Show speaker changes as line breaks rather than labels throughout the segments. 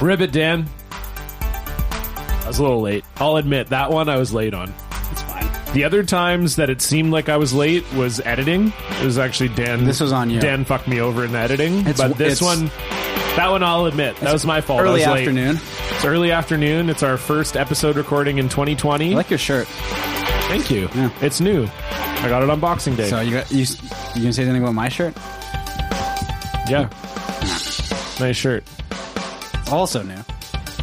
Rib it, Dan. I was a little late. I'll admit that one I was late on.
It's fine.
The other times that it seemed like I was late was editing. It was actually Dan.
This was on you.
Dan fucked me over in editing.
It's-
but this
it's-
one, that one I'll admit, that was my fault. I
Early
was late.
afternoon.
It's early afternoon. It's our first episode recording in 2020.
I like your shirt.
Thank you. It's new. I got it on Boxing Day.
So you got you. s- You gonna say anything about my shirt?
yeah. Nice shirt.
It's also new.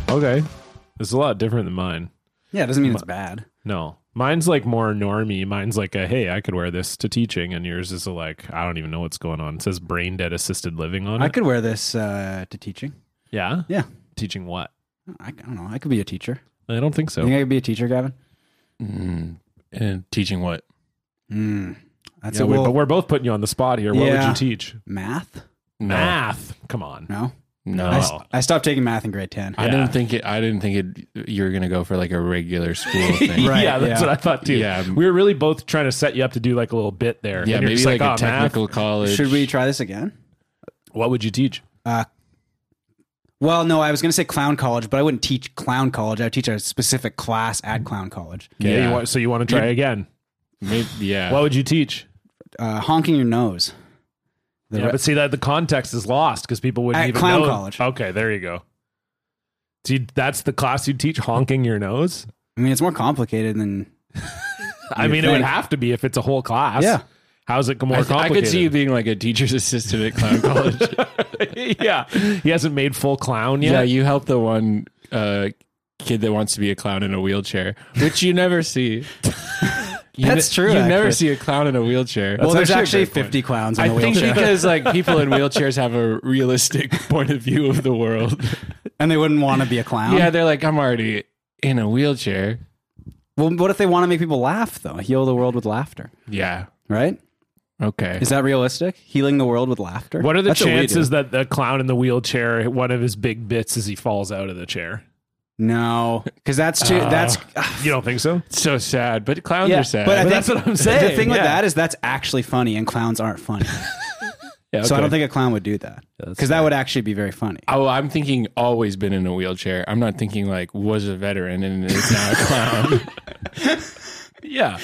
Okay. It's a lot different than mine.
Yeah, it doesn't mean it's bad.
No. Mine's like more normie. Mine's like a hey, I could wear this to teaching, and yours is a like I don't even know what's going on. It says brain dead assisted living on it.
I could wear this uh, to teaching.
yeah,
Yeah,
teaching what?
I, I don't know. I could be a teacher.
I don't think so.
You think I could be a teacher, Gavin?
and teaching what?
That's
yeah,
a
we-
little
but we're both putting you on the spot here. What
Yeah.
would you teach?
math.
No,
Math. Come on.
No,
no.
I,
I,
s- I stopped taking math in grade ten.
Yeah.
didn't think it. I didn't think it. You were gonna go for like a regular school thing.
Right,
yeah, that's
yeah.
what I thought too.
Yeah.
We were really both trying to set you up to do like a little bit there.
Yeah,
And you're
maybe
just
like,
"Oh,
a
math?
technical college.
Should we try this again?
What would you teach?
Well, no, I was going to say clown college, but I wouldn't teach clown college. I would teach a specific class at clown college.
Yeah.
Yeah.
you want, so you want to try again?
Maybe, yeah.
What would you teach?
Uh, honking your nose. The
Yeah,
re-
but see that the context is lost because people wouldn't
At
even
clown
know.
college.
Okay, there you go. See, that's the class you teach honking your nose.
I mean, it's more complicated than
I mean, it would
think.
have to be if it's a whole class.
Yeah.
How's it more
I, th- I
complicated?
could see you being like a teacher's assistant at clown college.
yeah, he hasn't made full clown
yeah,
yet.
you help the one uh, kid that wants to be a clown in a wheelchair, which you never see. You
That's true,
You never
actually.
see a clown in a wheelchair.
well, there's
actually a
actually
great point.
50 clowns in
I
the
think
wheelchair,
because like people in wheelchairs have a realistic point of view of the world.
and they wouldn't want to be a clown.
Yeah, they're like, I'm already in a wheelchair.
Well, what if they want to make people laugh though? Heal the world with laughter,
Yeah.
right?
Okay.
Is that realistic? Healing the world with laughter.
What are the
That's we
chances
do.
that the clown in the wheelchair, one of his big bits is he falls out of the chair?
no, because that's too.
Uh,
that's
You don't think so?
It's so sad, but clowns
yeah.
are sad.
I
But
think
that's what I'm saying,
The thing with
yeah.
that is that's actually funny, and clowns aren't funny.
Yeah,
So I
okay.
don't think a clown would do that because that would actually be very funny.
Oh, I'm thinking always been in a wheelchair. I'm not thinking like was a veteran and is now a clown.
Yeah.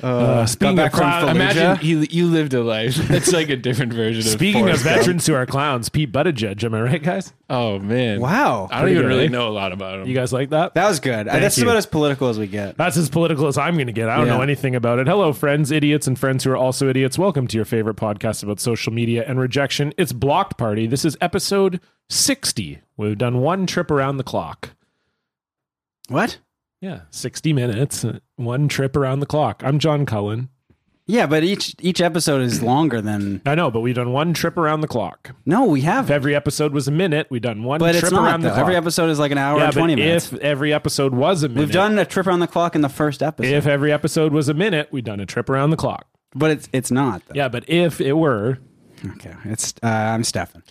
Got
Uh, speaking of
back from
clown,
Fallujah.
Imagine you you lived a life. That's like a different version of
speaking of
Forrest Gump.
veterans who are clowns, Pete Buttigieg. Am I right, guys?
Oh man.
Wow.
I don't
Pretty
even
good,
really
eh?
know a lot about him.
You guys like that?
That was good. That's
you.
about as political as we get.
That's as political as I'm going to get. I don't
Yeah.
know anything about it. Hello, friends, idiots, and friends who are also idiots. Welcome to your favorite podcast about social media and rejection. It's Blocked Party. This is episode 60. We've done one trip around the clock.
What?
Yeah, 60 minutes, uh, one trip around the clock. I'm John Cullen.
Yeah, but each each episode is longer than.
I know, but we've done one trip around the clock.
No, we
If
haven't.
every episode was a minute, we've done one
But
trip
it's not
around
though.
the clock.
Every episode is like an hour
yeah,
and
but
twenty minutes.
if every episode was a minute,
We've done a trip around the clock in the first episode,
If every episode was a minute, we've done a trip around the clock.
but it's it's not. Though.
Yeah, but if it were,
Okay. It's uh, I'm Stefan.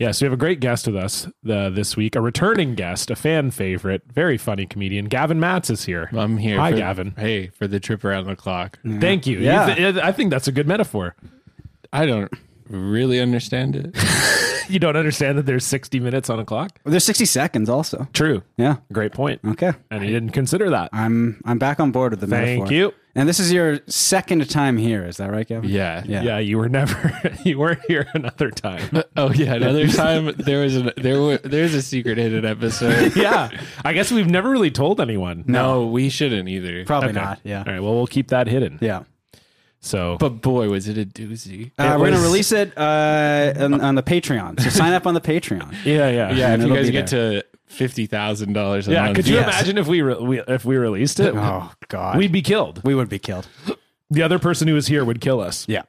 Yes, we have a great guest with us uh, this week, a returning guest, a fan favorite, very funny comedian. Gavin Matz is here.
I'm here.
Hi,
for-
Gavin.
Hey, for the trip around the clock.
Mm.
Thank you.
Yeah.
You th- I think that's a good metaphor.
I don't really understand it.
You don't understand that there's 60 minutes on a clock?
Well, there's 60 seconds also.
True.
Yeah.
Great point.
Mm.
Okay.
And he didn't consider that.
I'm I'm back on board with the
Thank
metaphor.
you.
And this is your second time here, is that right, Gavin?
Yeah.
Yeah.
yeah, you were never, you weren't here another time.
Oh yeah. Another time there was an there were there's a secret hidden episode.
yeah. I guess we've never really told anyone.
No, we shouldn't either.
Probably
Okay.
not. Yeah.
All right. Well, we'll keep that hidden.
Yeah.
So,
But boy, was it a doozy.
Uh,
It
we're
was-
gonna release it uh, on, on the Patreon. So sign up on the Patreon.
yeah, yeah.
yeah, if
and
you
it'll
guys
be
get to fifty thousand dollars,
Yeah.
month,
Could you
Yes.
imagine if we, re- we, if we released it?
Oh God,
We'd be killed.
we would be killed.
The other person who was here would kill us.
Yeah.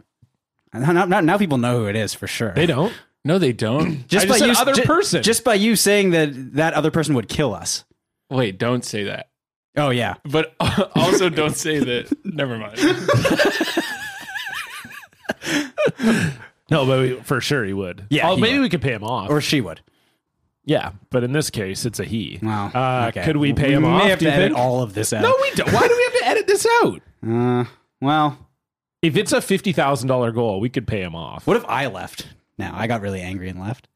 Now, now, now people know who it is for sure.
They don't.
No, they don't.
I just said other
ju-
person.
just by you saying that that other person would kill us.
Wait, don't say that.
Oh yeah,
But also, don't say that. Never mind.
No, but we, for sure he would.
Yeah,
Oh,
he
maybe
would.
we could pay him off.
or she would.
yeah, but in this case, it's a he.
Wow.
Uh,
Okay.
Could we pay
We
him
may
off?
have
do
to
you
edit
think?
all of this out.
No, we don't. Why do we have to edit this out?
Uh, well,
If it's a fifty thousand dollar goal, we could pay him off.
what if I left? Now I got really angry and left.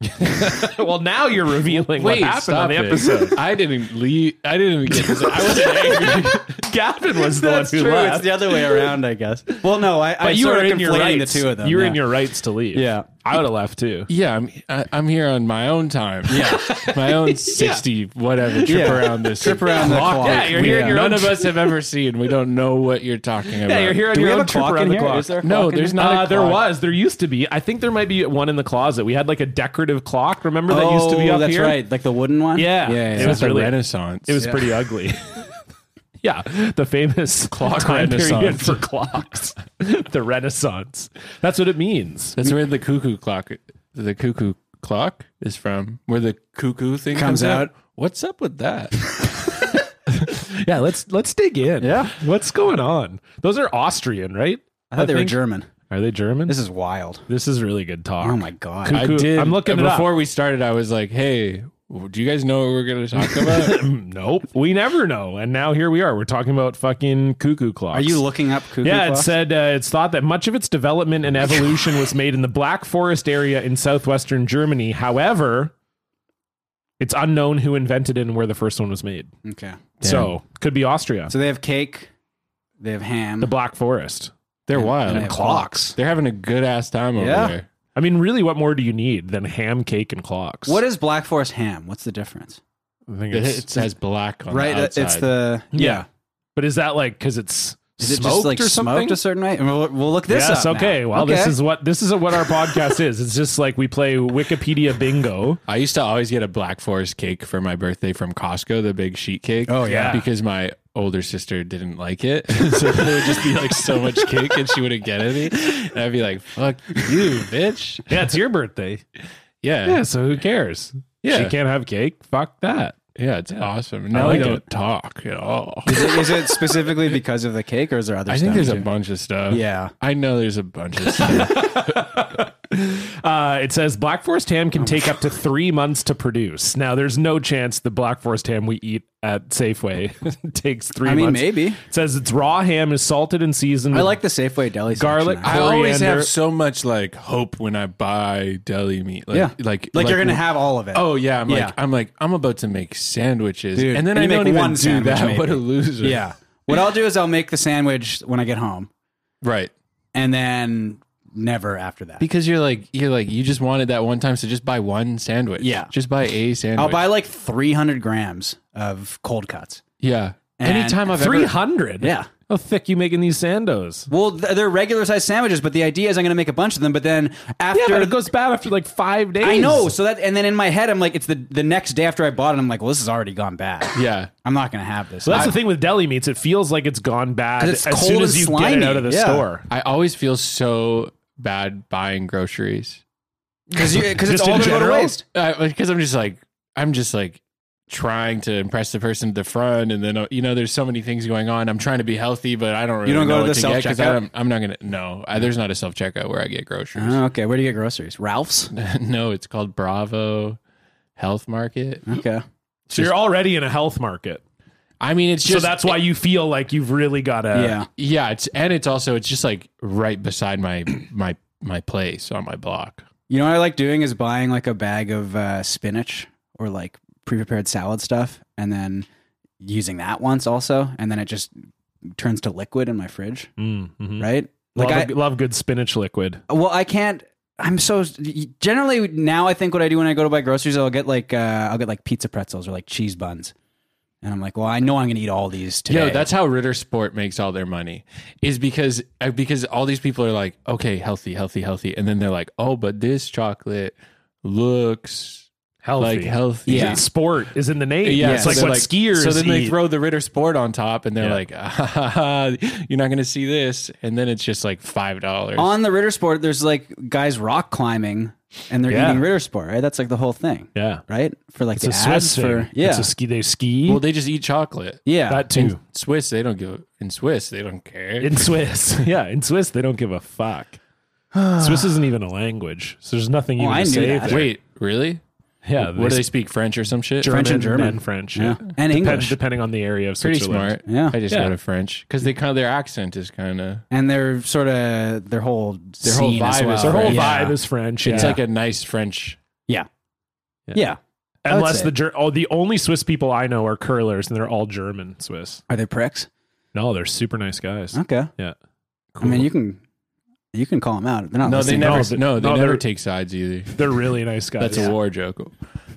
well, now you're revealing what happened on the
it.
episode.
I didn't leave. I didn't get this. I wasn't angry.
Gavin was the one
That's
who
true. It's
left.
the other way around, I guess. Well, no, I, I
but you
sort
were
of
in your
conflating
rights.
the two of them.
You were
yeah.
in your rights to leave.
Yeah.
I would have left too.
Yeah, I'm I, I'm here on my own time. Yeah, my own sixty whatever trip
Yeah.
around this
trip around the
Clock.
clock.
Yeah, you're
We-
here in your own-
none of us have ever seen. We don't know what you're talking about.
Yeah, you're here on
Do
your
we
own
have a
trip
clock
around
in
the
here?
clock.
Is there a
No,
clock in
there's
here?
not.
Uh,
a
there
clock.
was. There used to be. I think there might be one in the closet. We had like a decorative clock. Remember that used to be
Oh,
up
that's
here?
right, like the wooden one.
Yeah.
yeah.
It
It
was
yeah.
was the
really-
Renaissance.
It was pretty ugly. yeah, the famous clock time period
renaissance.
for clocks, the Renaissance. That's what it means.
That's where the cuckoo clock, the cuckoo clock is from. Where the cuckoo thing
Comes
comes,
out.
What's up with that?
Yeah, let's let's dig in.
Yeah.
what's going on? Those are Austrian, right?
I thought they were
think-
German.
Are they German?
This is wild.
This is really good talk.
Oh my god.
Cuckoo.
I did.
I'm looking it up.
before we started. I was like, "Hey, do you guys know what we're going to talk about?"
nope, we never know. And now here we are. We're talking about fucking cuckoo clocks.
Are you looking up cuckoo
Yeah, it
clocks?
said uh, it's thought that much of its development and evolution was made in the Black Forest area in southwestern Germany. However, it's unknown who invented it and where the first one was made.
okay.
So could be Austria,
So they have cake, they have ham,
the Black Forest.
They're
and
wild.
they have clocks.
They're having a good ass time over
Yeah.
there.
I mean, really, what more do you need than ham, cake, and clocks?
What is Black Forest ham? What's the difference?
I think
It,
it's-
it says black on
right,
the
uh,
outside.
it's the
yeah. But is that like because it's
Is it
smoked
just like
or something?
smoked a certain way? And We'll, we'll look this
yes.
up. now.
Okay. Well, this
Okay.
is what this is what our podcast is. It's just like we play Wikipedia bingo.
I used to always get a black forest cake for my birthday from Costco, the big sheet cake.
Oh, yeah.
because my older sister didn't like it, so there would just be like so much cake, and she wouldn't get any. And I'd be like, "Fuck you, bitch!"
Yeah, it's your birthday. Yeah.
Yeah, yeah,
So who cares? She
Yeah.
can't have cake. Fuck that.
it's awesome. Now
like
we don't
it.
talk at all.
Is it- is it specifically because of the cake, or is there other?
I think
stuff
there's a
too?
bunch of stuff.
Yeah.
I know there's a bunch of stuff.
Uh, it says Black Forest ham can take up to three months to produce. Now, there's no chance the Black Forest ham we eat at Safeway takes three
I mean,
months.
maybe.
It says its raw ham is salted and seasoned.
I
with
like the Safeway deli. section,
Garlic-
actually.
I always
Coriander.
have so much like hope when I buy deli meat. Like,
Yeah.
like, like
Like, you're gonna have all of it.
Oh yeah, I'm
Yeah.
like I'm like I'm about to make sandwiches,
Dude,
and then
and
I
you make
don't even
one
do
sandwich,
that.
maybe.
What a loser!
yeah. What I'll do is I'll make the sandwich when I get home,
right.
and then never after that.
Because you're like you're like you just wanted that one time, so just buy one sandwich.
Yeah.
just buy a sandwich.
I'll buy like 300 grams of cold cuts.
yeah.
And
Anytime I've
three
ever
hundred.
Yeah.
How thick you making these sandos?
Well, th- they're regular sized sandwiches, but the idea is I'm going to make a bunch of them. But then after
Yeah, but it goes bad after like five days.
I know. So that, and then in my head, I'm like, it's the, the next day after I bought it. I'm like, well, this has already gone bad.
yeah.
I'm not going to have this.
So that's
I-
the thing with deli meats. It feels like it's gone bad
'Cause it's
as
cold
soon
and
as you get
slimy.
it out of the
Yeah.
store.
I always feel so bad buying groceries
Cause, you, cause it's
Just
all
in
going to go to
general?
waste.
because I'm just like I'm just like trying to impress the person at the front, and then uh, you know there's so many things going on. I'm trying to be healthy, but I don't really
don't go
know
to
what
the
to get 'cause
self-checkout?
I'm, I'm not gonna no. I, there's not a self checkout where I get groceries.
Oh, okay. Where do you get groceries? Ralph's?
no, it's called Bravo Health Market.
Okay.
So you're already in a health market.
I mean, it's
So
just
that's why you feel like you've really got to.
yeah.
yeah. It's and it's also it's just like right beside my my my place on my block.
You know what I like doing is buying like a bag of uh, spinach or like pre-prepared salad stuff, and then using that once also, and then it just turns to liquid in my fridge,
Mm, mhm.
right? Like
love,
I,
a- love good spinach liquid.
well, I can't. I'm so generally now. I think what I do when I go to buy groceries, I'll get like uh, I'll get like pizza pretzels or like cheese buns, and I'm like, well, I know I'm gonna eat all these today.
Yo, that's how Ritter Sport makes all their money is because uh, because all these people are like, okay, healthy, healthy, healthy, and then they're like, oh, but this chocolate looks
Healthy.
like healthy.
Yeah.
And Sport is in the name.
Yeah,
it's
so
like
they're
what skiers.
So then they
eat.
throw the Ritter Sport on top, and they're
Yeah.
like, ah, ha, ha, ha, "You're not going to see this." And then it's just like five dollars.
on the Ritter Sport. There's like guys rock climbing, and they're
Yeah.
eating Ritter Sport. Right, that's like the whole thing.
Yeah,
Right for like
it's
the
a
ads
Swiss
for
thing.
yeah
it's a ski. They ski
Well, they just eat chocolate.
yeah
that too
Swiss, they don't give. In Swiss, they don't care.
in Swiss. yeah, in Swiss they don't give a fuck. Swiss isn't even a language, so there's nothing you
Oh,
can
I knew
say.
that.
there.
Wait, really?
yeah,
What do they speak French or some shit?
French and German.
and French,
Yeah.
yeah.
And
Depend-
English.
depending on the area of
Pretty
Switzerland.
smart.
Yeah.
I just
Yeah.
go to French because they kind of their accent is kind of.
and they're sort of their whole their
whole
scene as
vibe
well.
is
Their whole
French.
vibe is French.
It's
yeah.
like a nice French
Yeah.
Yeah.
Yeah. I would
Unless
say-
the Ger- oh, the only Swiss people I know are curlers, and they're all German Swiss.
Are they pricks?
No, they're super nice guys.
Okay.
Yeah.
I mean, you can you can call them out. They're not
no, they
listening.
never.
No, but-
no, they
no,
never
they're-
take sides either.
They're really nice guys.
That's a war joke.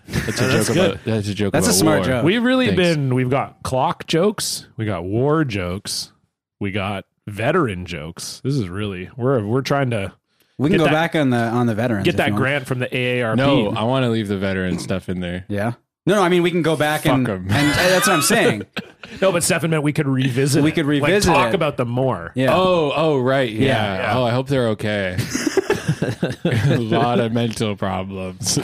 That's a
That's
joke
good.
about. That's a joke.
That's a
about
smart
war.
joke.
We've really
Thanks.
been. We've got clock jokes. We got war jokes. We got veteran jokes. This is really we're we're trying to
We can
Get
go
that-
back on the on the veterans.
get
if
that
you want.
grant from the AARP.
No, uh, I want to leave the veteran stuff in there.
Yeah. No, no. I mean, we can go back and,
'em.
and that's what I'm saying.
no, but Stefan meant we could revisit.
We
it.
could
Like,
revisit
talk
it.
about them more.
Yeah.
Oh, oh, right, yeah.
yeah.
Oh, I hope they're okay. a lot of mental problems.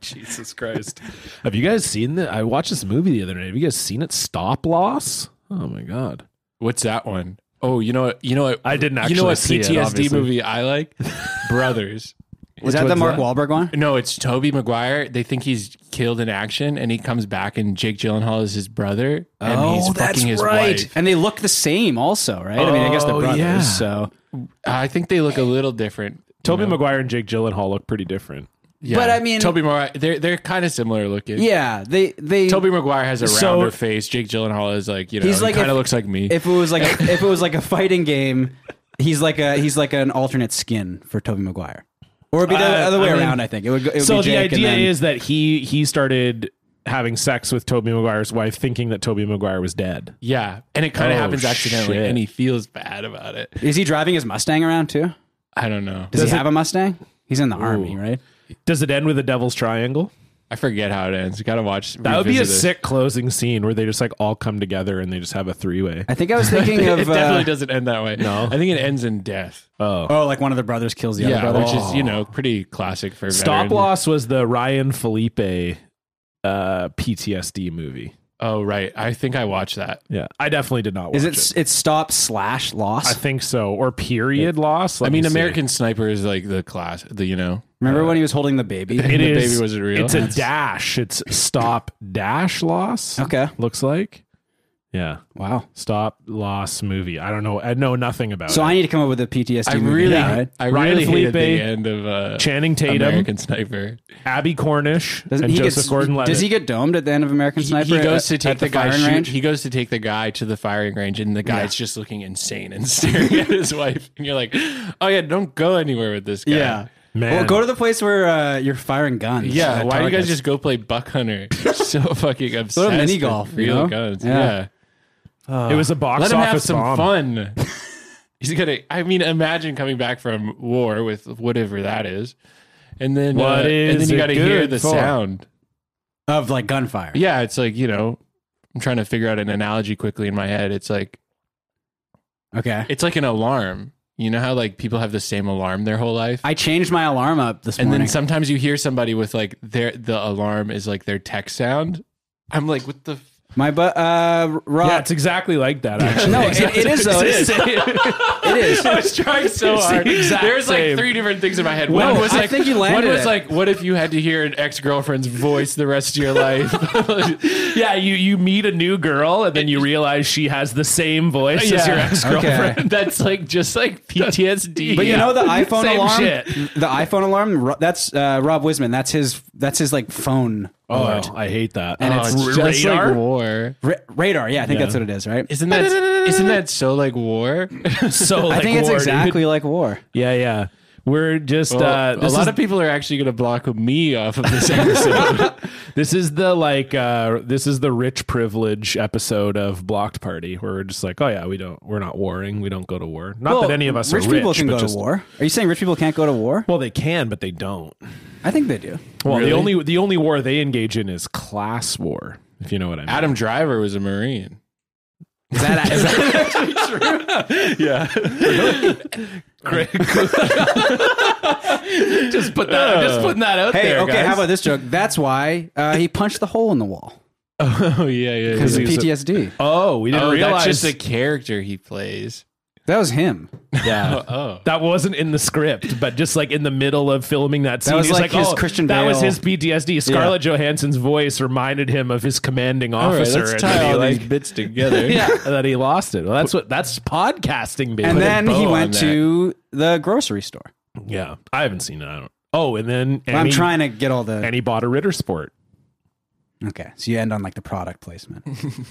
Jesus Christ. Have you guys seen that? I watched this movie the other night. Have you guys seen it? Stop Loss. Oh my god.
What's that one? Oh, you know what? You know what?
I didn't
You
actually
know what
see it,
PTSD
obviously.
movie I like? Brothers.
Is that the
one's
Mark
that?
Wahlberg one?
No, it's Toby Maguire. They think he's killed in action, and he comes back, and Jake Gyllenhaal is his brother, and
Oh,
he's fucking his wife.
And they look the same, also, right? I mean, I guess they're
Oh,
brothers.
yeah.
So,
I think they look a little different.
Toby Maguire and Jake Gyllenhaal look pretty different.
Yeah.
But I mean-
Toby Maguire, they're they're kind of similar looking.
yeah, they they.
Toby Maguire has a
So-
rounder face. Jake Gyllenhaal is like you know,
He's
he
like
kind of
if-
looks like me.
if it was like a, if it was like a fighting game, he's like a he's like an alternate skin for Toby Maguire, or it'd be the
Uh,
other way
I mean-
around. I think it would. Go, it would
so
be Jake
the
and
idea
then-
is that he he started having sex with Toby Maguire's wife thinking that Toby Maguire was dead.
yeah, and it kind of
Oh,
happens accidentally,
shit.
and he feels bad about it.
is he driving his Mustang around too?
I don't know.
Does, he have a Mustang? He's in the army, right?
Does it end with a devil's triangle?
I forget how it ends. You gotta watch.
That would be a
revisit it.
sick closing scene where they just like all come together and they just have a three way.
I think I was thinking
It
of
definitely
uh,
doesn't end that way. No, I think it ends in death.
oh, like one of the brothers kills the
yeah,
other brother.
which is you know pretty classic for
Stop
veteran-
Loss was the Ryan Felipe uh, PTSD movie.
Oh right, I think I watched that.
Yeah, I definitely did not watch
Is
it.
it it's stop slash
I
loss?
think so. Or period loss. Let
I mean,
me see.
American Sniper is like the class. The you know,
Remember when he was holding the baby?
It
the
is-
baby was real.
It's a dash. It's stop dash loss.
Okay.
looks like. Yeah,
Wow.
stop loss movie. I don't know. I know nothing about
So
it.
I need to come up with a PTSD.
I
movie,
really,
right?
I
Ryan
really
Felipe,
hated the end of uh,
Channing Tatum,
American Sniper.
Abby Cornish, and
he
Joseph
gets-
Gordon-Levitt.
Does he get domed at the end of American
He-
Sniper?
he goes to
at-
take
at
the, guy.
firing
shoot-
range.
He goes to take the guy to the firing range, and the guy's just looking insane and staring at his wife. And you're like, "Oh yeah, don't go anywhere with this guy."
yeah.
Man.
Well, go to the place where uh, you're firing guns.
yeah.
at
Why do you guys
targets.
just go play buck hunter? so fucking obsessed.
mini
with
golf, you
real
know?
guns.
Yeah.
Yeah,
it was a box
let him
office bomb.
have some fun. He's gonna. I mean, imagine coming back from war with whatever that is, and then
What
uh, and
is
then you
it
got to hear
good
the
for?
sound.
of like gunfire?
Yeah, it's like you know. I'm trying to figure out an analogy quickly in my head. It's like
Okay.
it's like an alarm. You know how like people have the same alarm their whole life,
I changed my alarm up this
and
morning.
then sometimes you hear somebody with like their the alarm is like their text sound. I'm like, what the. F-?
my but uh, Rob.
Yeah, it's exactly like that. Actually.
no, it, it is though. It is. It is.
I was trying so hard.
the exact
There's like
same.
three different things in my head. One
No,
was
I
like,
think you landed
one was
it.
like, what if you had to hear an ex girlfriend's voice the rest of your life?
yeah, you you meet a new girl and then you realize she has the same voice as
Yeah.
your ex girlfriend.
Okay.
That's like just like PTSD.
But you know the iPhone
Same
alarm.
shit.
The iPhone alarm. Ro- That's uh, Rob Wisman. That's his. That's his like phone alert.
I hate that.
And
oh,
it's
it's just like
radar.
war.
Ra- radar. Yeah, I think
Yeah.
that's what it is. Right.
Isn't that isn't that so like war?
so
I
like,
think it's
war, dude.
exactly like war.
Yeah, yeah. We're just uh,
Well, a
this
lot
is-
of people are actually going to block me off of this episode.
This is the like uh this is the rich privilege episode of Blocked Party where we're just like, oh yeah, we don't we're not warring, we don't go to war. Not that any of us
rich
are rich,
people can
but
go
just,
to war. Are you saying rich people can't go to war?
Well, they can, but they don't.
I think they do.
Well,
Really?
the only the only war they engage in is class war, if you know what I mean.
Adam Driver was a Marine.
Is that, is that
Yeah.
just put that just putting that out
hey? okay, how about this joke? That's why uh, he punched the hole in the wall
Oh yeah, yeah.
because
yeah.
of
he's a-
PTSD.
Oh, we didn't
Oh,
realize
that's just a character he plays.
that was him.
yeah.
Oh,
That wasn't in the script, but just like in the middle of filming that scene,
was
he
like his
oh,
Christian
that was
Bale.
his PTSD. Scarlett Johansson's voice reminded him of his commanding officer,
let's
and
tie
then he,
all
like,
these bits together.
yeah, that he lost it. Well, that's what that's podcasting, baby.
And then
bow
he
on
went
that.
to the grocery store.
yeah, I haven't seen it. I don't. Oh, and then and
I'm
he-
trying to get all the.
and he bought a Ritter Sport.
Okay, so you end on like the product placement.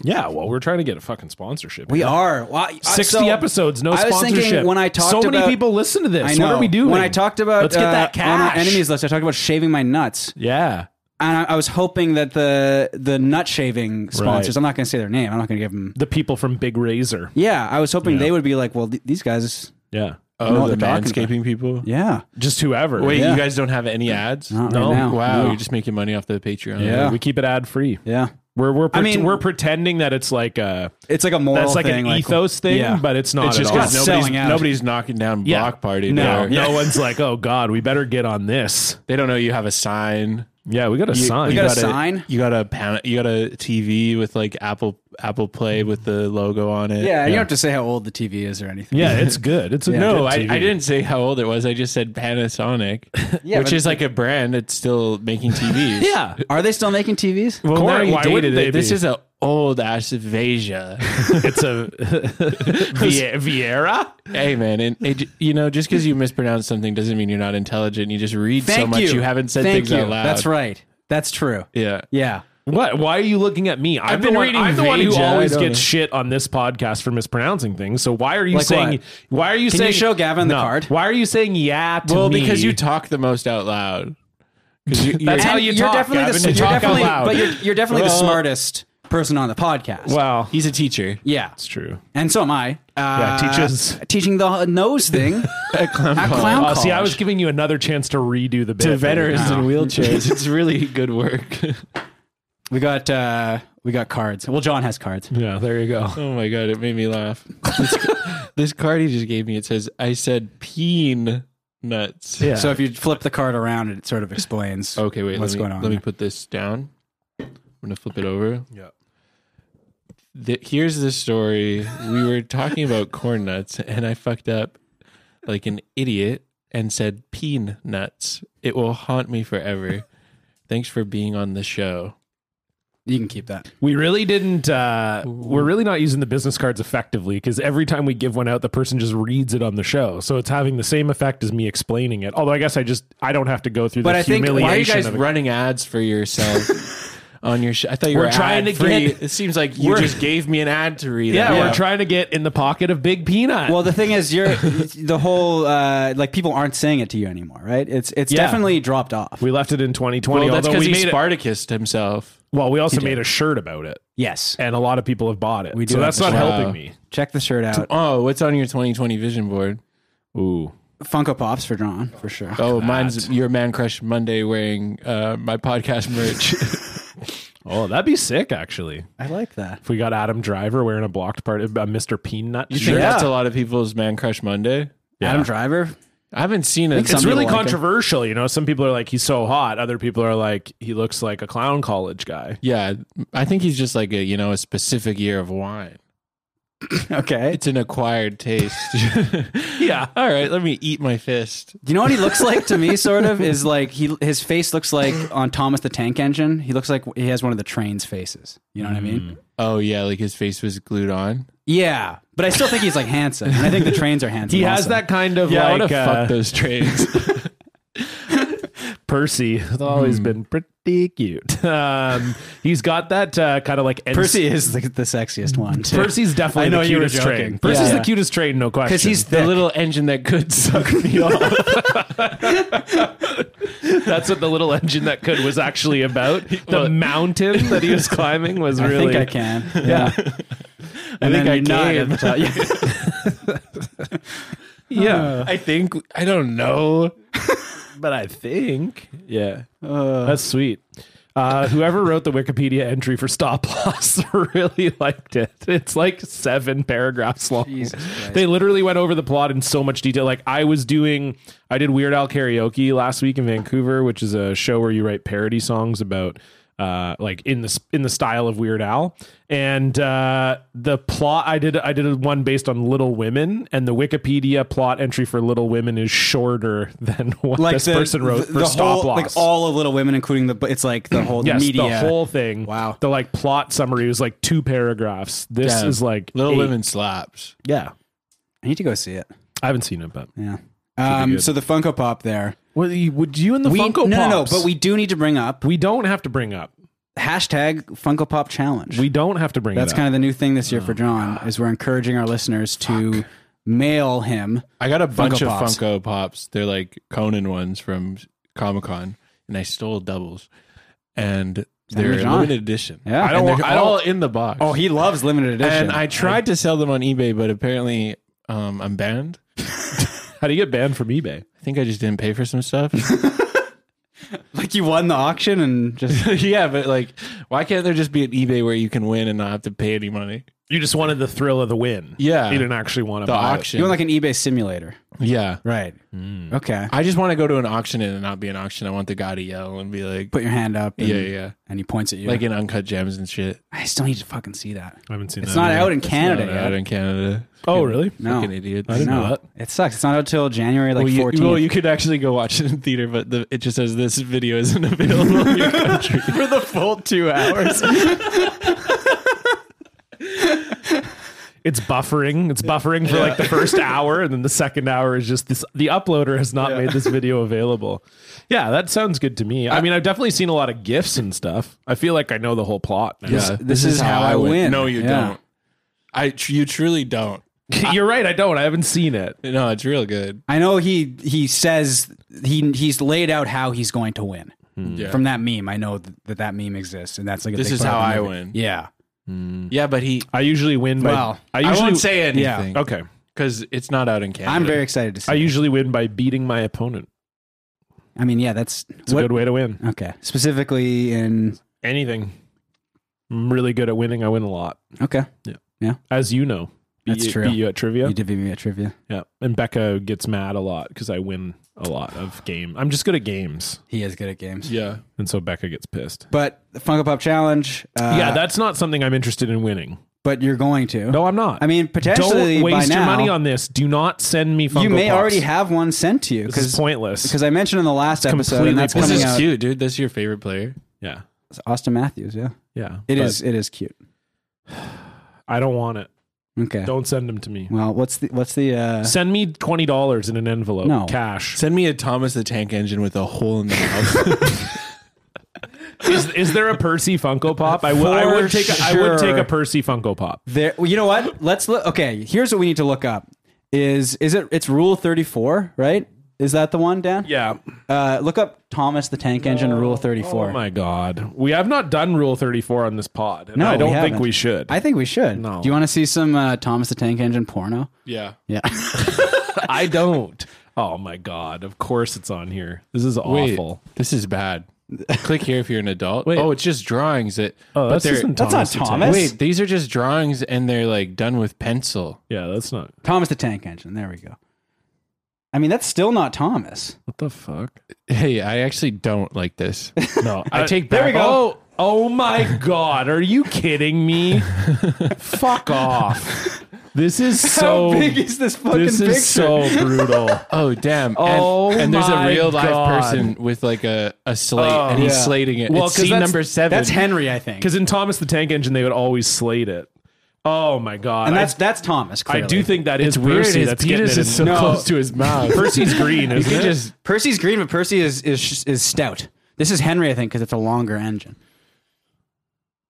Yeah, well, we're trying to get a fucking sponsorship.
We are wow, I-
60
so
episodes, no
I was
sponsorship.
Thinking when I talked
so many
about-
people listen to this.
I know.
What are we doing?
When I talked about
let's get
uh,
that cash.
on our enemies list, I talked about shaving my nuts,
Yeah,
and I, I was hoping that the the nut shaving sponsors. I'm not going to say their name. I'm not going to give them.
the people from Big Razor.
Yeah, I was hoping
Yeah.
they would be like, well, th- these guys.
Yeah,
Oh,
know what
the
they're talking
manscaping people.
Yeah,
just whoever.
Wait,
Yeah.
you guys don't have any ads?
not
No.
right now.
Wow,
No.
you're just making money off the Patreon.
Yeah.
we keep it ad free.
yeah.
We're we're
I
pret-
mean-
we're pretending that it's like a
It's like a moral.
that's like
thing,
an ethos thing,
yeah.
but it's not.
It's
at
just
all.
Not
because nobody's,
selling out.
nobody's knocking down
Yeah.
block party.
No,
there.
no one's like, oh god, we better get on this.
They don't know you have a sign.
Yeah, we got a sign.
we got a
a-
sign?
You got a pan- you got a TV with like Apple Apple Play with the logo on it.
Yeah, and you don't have to say how old the TV is or anything.
yeah, it's good. It's a
No,
good
I,
TV.
I didn't say how old it was. I just said Panasonic,
Yeah,
which
but-
is like a brand that's still making TVs.
Yeah,
Are they still making TVs?
Of
Well,
course,
now you
why
dated
wouldn't
it.
they
This
be?
is an old ass Vasia.
it's a Vie- Vieira.
hey, man. And it, you know, just because you mispronounce something doesn't mean you're not intelligent. You just read so
Thank
much.
you.
You haven't said
Thank
things
you.
out loud.
That's right. That's true.
Yeah.
Yeah.
What? Why are you looking at me? I'm
I've
the
been
one,
reading
I'm the one who
Vija, I
always
don't
gets
know.
shit on this podcast for mispronouncing things. So why are you
Like
saying?
what?
Why are you
Can you
saying?
show Gavin the
No.
card?
Why are you saying yeah to
Well,
me?
because you talk the most out loud. 'Cause you-
That's
you're-
how
And
you
you're
talk,
Definitely
Gavin.
the,
You
you're
talk out
definitely,
loud.
But you're, you're definitely
Well-
the smartest person on the podcast.
Wow,
He's a teacher.
Yeah.
it's true.
And so am I. Uh,
Yeah, teach us.
Teaching the nose thing at clown,
Oh, see, I
college.
was giving you another chance to redo the bit.
To veterans
No.
in wheelchairs. It's really good work.
We got uh, we got cards. Well, John has cards.
Yeah, there you go.
oh my god, it made me laugh. This, this card he just gave me, it says, "I said peen nuts."
Yeah.
So if you flip the card around, it sort of explains.
Okay, wait.
What's
let me,
going on
Let me
there?
put this down. I'm gonna flip it over.
Yeah.
Th- here's the story. We were talking about corn nuts, and I fucked up like an idiot and said peen nuts. It will haunt me forever. Thanks for being on the show.
You can keep that.
We really didn't. Uh, we're really not using the business cards effectively because every time we give one out, the person just reads it on the show, so it's having the same effect as me explaining it. Although I guess I just I don't have to go through
But
the
I think- why are you
humiliation.
Why are you guys
of it.
running ads for yourself? On your show, I thought you
We're
were,
trying to
ad-free.
get-
It seems like you
We're-
just gave me an ad to read.
yeah,
out.
we're trying to get in the pocket of Big Peanut.
Well, the thing is, you're the whole uh, like people aren't saying it to you anymore, right? It's it's
Yeah.
definitely dropped off.
we left it in 2020.
Well, that's
although we
because he
made it,
Spartacused himself.
well, we also made a shirt about it,
Yes.
and a lot of people have bought it.
We do
so
have
that's not
the shirt.
helping
Wow.
me.
Check the shirt out.
Oh, what's on your 2020 vision board?
Ooh,
Funko Pops for John for sure.
Oh, mine's your man crush Monday wearing uh, my podcast merch.
oh, that'd be sick actually.
I like that.
If we got Adam Driver wearing a blocked part, a Mr. Peanut
you
shirt.
think
Yeah.
that's a lot of people's man crush Monday?
Adam Driver.
I haven't seen it.
it's
some
really
people like him.
controversial. You know, some people are like, he's so hot. Other people are like, he looks like a clown college guy.
yeah, I think he's just like a you know a specific year of wine.
Okay.
It's an acquired taste.
Yeah.
All right, let me eat my fist.
Do you know what he looks like to me? Sort of is like he his face looks like on Thomas the Tank Engine. He looks like he has one of the train's faces. You know what I mean?
Oh yeah, like his face was glued on.
Yeah, but I still think he's like handsome, and I think the trains are handsome.
He has
also.
that kind of
Yeah, I
like
would have
uh,
fucked those trains.
Percy has always been pretty cute. Hmm. Um, he's got that uh, kind of like N-
Percy is the, the sexiest one. too.
Percy's definitely
I know
the
you were
cutest
joking.
train. Percy's
Yeah.
the cutest train, no question.
because he's
the
thick.
little engine that could suck me off.
that's what the little engine that could was actually about. The
Well-
mountain that he was climbing was
I
really.
think I can. Yeah. I
think I
at the top. Yeah.
Yeah,
I think I don't know.
but I think yeah,
Uh,
that's sweet. Uh, whoever wrote the Wikipedia entry for Stop Loss really liked it. It's like seven paragraphs long.
Jesus Christ.
They literally went over the plot in so much detail. Like I was doing, I did Weird Al karaoke last week in Vancouver, which is a show where you write parody songs about, uh, like in the in the style of Weird Al. And uh, the plot I did I did one based on Little Women, and the Wikipedia plot entry for Little Women is shorter than what
like
this
the,
person wrote
the,
for
the
Stop
whole,
Loss.
like all of Little Women, including the. It's like the whole
Yes,
media.
the whole thing.
Wow.
The like plot summary was like two paragraphs. This
Damn.
is like
Little
eight.
Women slaps.
Yeah.
I need to go see it.
I haven't seen it, but
Yeah.
be
Um,
good.
so the Funko Pop there.
Well, you- would you and the
we,
Funko
no, no, no,
Pops?
but we do need to bring up
we don't have to bring up.
hashtag Funko Pop Challenge.
We don't have to bring.
That's
it up.
kind of the new thing this year
Oh,
for John is we're encouraging our listeners to mail him.
I got a bunch of
Pops.
Funko Pops. They're like Conan ones from Comic Con, and I stole doubles. And
them
they're
to John.
limited edition.
Yeah. I
I
don't
don't.
want-
They're
Oh, I don't-
all in the box.
Oh, he loves limited edition.
and I tried to sell them on eBay, but apparently um, I'm banned.
How do you get banned from eBay?
I think I just didn't pay for some stuff.
like you won the auction and just
yeah, but like, why can't there just be an eBay where you can win and not have to pay any money?
You just wanted the thrill of the win.
Yeah.
you didn't actually want to
The
buy it.
auction.
you want like an eBay simulator,
yeah.
right? Okay,
I just want to go to an auction and not be an auction. I want the guy to yell and be like,
put your hand up. And,
yeah, yeah.
and he points at you.
Like in Uncut Gems and shit.
I still need to fucking see that.
I haven't seen
It's
that.
not
either.
out in Canada
Not out
yet.
in Canada.
Oh, really?
No.
Fucking idiots.
I didn't know
No.
that.
It sucks. It's not out till January like
well, you,
14th.
well, you could actually go watch it in theater, but the, it just says this video isn't available in your country.
for the full two hours.
It's buffering. It's buffering for like the first hour, and then the second hour is just this. The uploader has not made this video available. Yeah, that sounds good to me. I mean, I've definitely seen a lot of gifs and stuff. I feel like I know the whole plot. Now.
Yeah,
this is how I win.
No, you
Yeah.
don't. I tr- you truly don't.
You're right. I don't. I haven't seen it.
No, it's real good.
I know he he says he he's laid out how he's going to win.
Yeah.
Hmm. From that meme, I know th- that that meme exists, and that's like a
This
big
is
part of
how
the
I
movie.
win.
Yeah,
Yeah, but he.
I usually win by.
Wow.
I
I,
usually
won't say
yeah.
anything
Okay.
because it's not out in Canada.
I'm very excited to see.
I usually win by beating my opponent.
I mean, yeah, that's
It's a good way to win.
Okay, specifically in
Anything. I'm really good at winning. I win a lot,
okay,
as you know. Beat
That's
you-
true.
Beat you at trivia.
you did beat me at trivia.
Yeah, and Becca gets mad a lot because I win a lot of game. I'm just good at games,
He is good at games,
Yeah.
and so Becca gets pissed.
but the Funko Pop Challenge. Uh,
yeah, that's not something I'm interested in winning.
but you're going to.
No, I'm not.
I mean potentially
don't waste
by
your
now,
money on this. Do not send me Funko
You may
Pops.
already have one sent to you
This is
because
pointless.
because I mentioned in the last episode,
completely
and that's
pointless.
This
coming
is
out.
cute, dude. This is your favorite player.
Yeah,
It's Austin Matthews, yeah,
yeah.
it
It
is. It is cute.
I don't want it.
Okay.
Don't send them to me.
Well, what's the what's the uh,
Send me twenty dollars in an envelope,
No.
cash.
Send me a Thomas the Tank Engine with a hole in the mouth.
Is, is there a Percy Funko Pop? I would. I
For
would take. A, I would take
sure.
a Percy Funko Pop.
there? well, You know what? Let's look. Okay, here's what we need to look up. Is is it? It's Rule Thirty Four, right? Is that the one, Dan?
Yeah.
Uh, look up Thomas the Tank Engine Rule Thirty Four.
Oh my God. We have not done Rule Thirty Four on this pod. and
No,
I
we
don't think
haven't.
we should.
I think we should.
No.
Do you want to see some uh, Thomas the Tank Engine porno?
yeah.
Yeah.
I don't. Oh my god! Of course it's on here. This is
Wait,
awful.
this is bad. Click here if you're an adult. Oh, it's just drawings that.
Oh, that's
they're-
isn't
that's
Thomas
not
the
Thomas.
Tank.
Wait, these are just drawings, and they're like done with pencil.
Yeah, that's not.
Thomas the Tank Engine. There we go. I mean, that's still not Thomas.
What the fuck?
Hey, I actually don't like this.
No,
I take
There we
back-
go. Oh, oh my god! Are you kidding me? Fuck off! This is so.
How big is this fucking
this is
picture?
so brutal.
Oh damn! And-
Oh,
and, there's a
my
real
God.
live person with like a, a slate,
Oh.
and he's
Yeah.
slating it.
Well,
it's
'cause
scene
that's-
number seven.
That's Henry, I think.
Because in Thomas the Tank Engine, they would always slate it. Oh my god!
And that's that's Thomas.
I, I
Clearly.
do think that is
it's weird.
Percy.
his
That's getting
penis
it in.
is so
No.
close to his mouth.
Percy's green,
you
isn't
could
it?
just
Percy's green, but Percy is is is stout. This is Henry, I think, because it's a longer engine.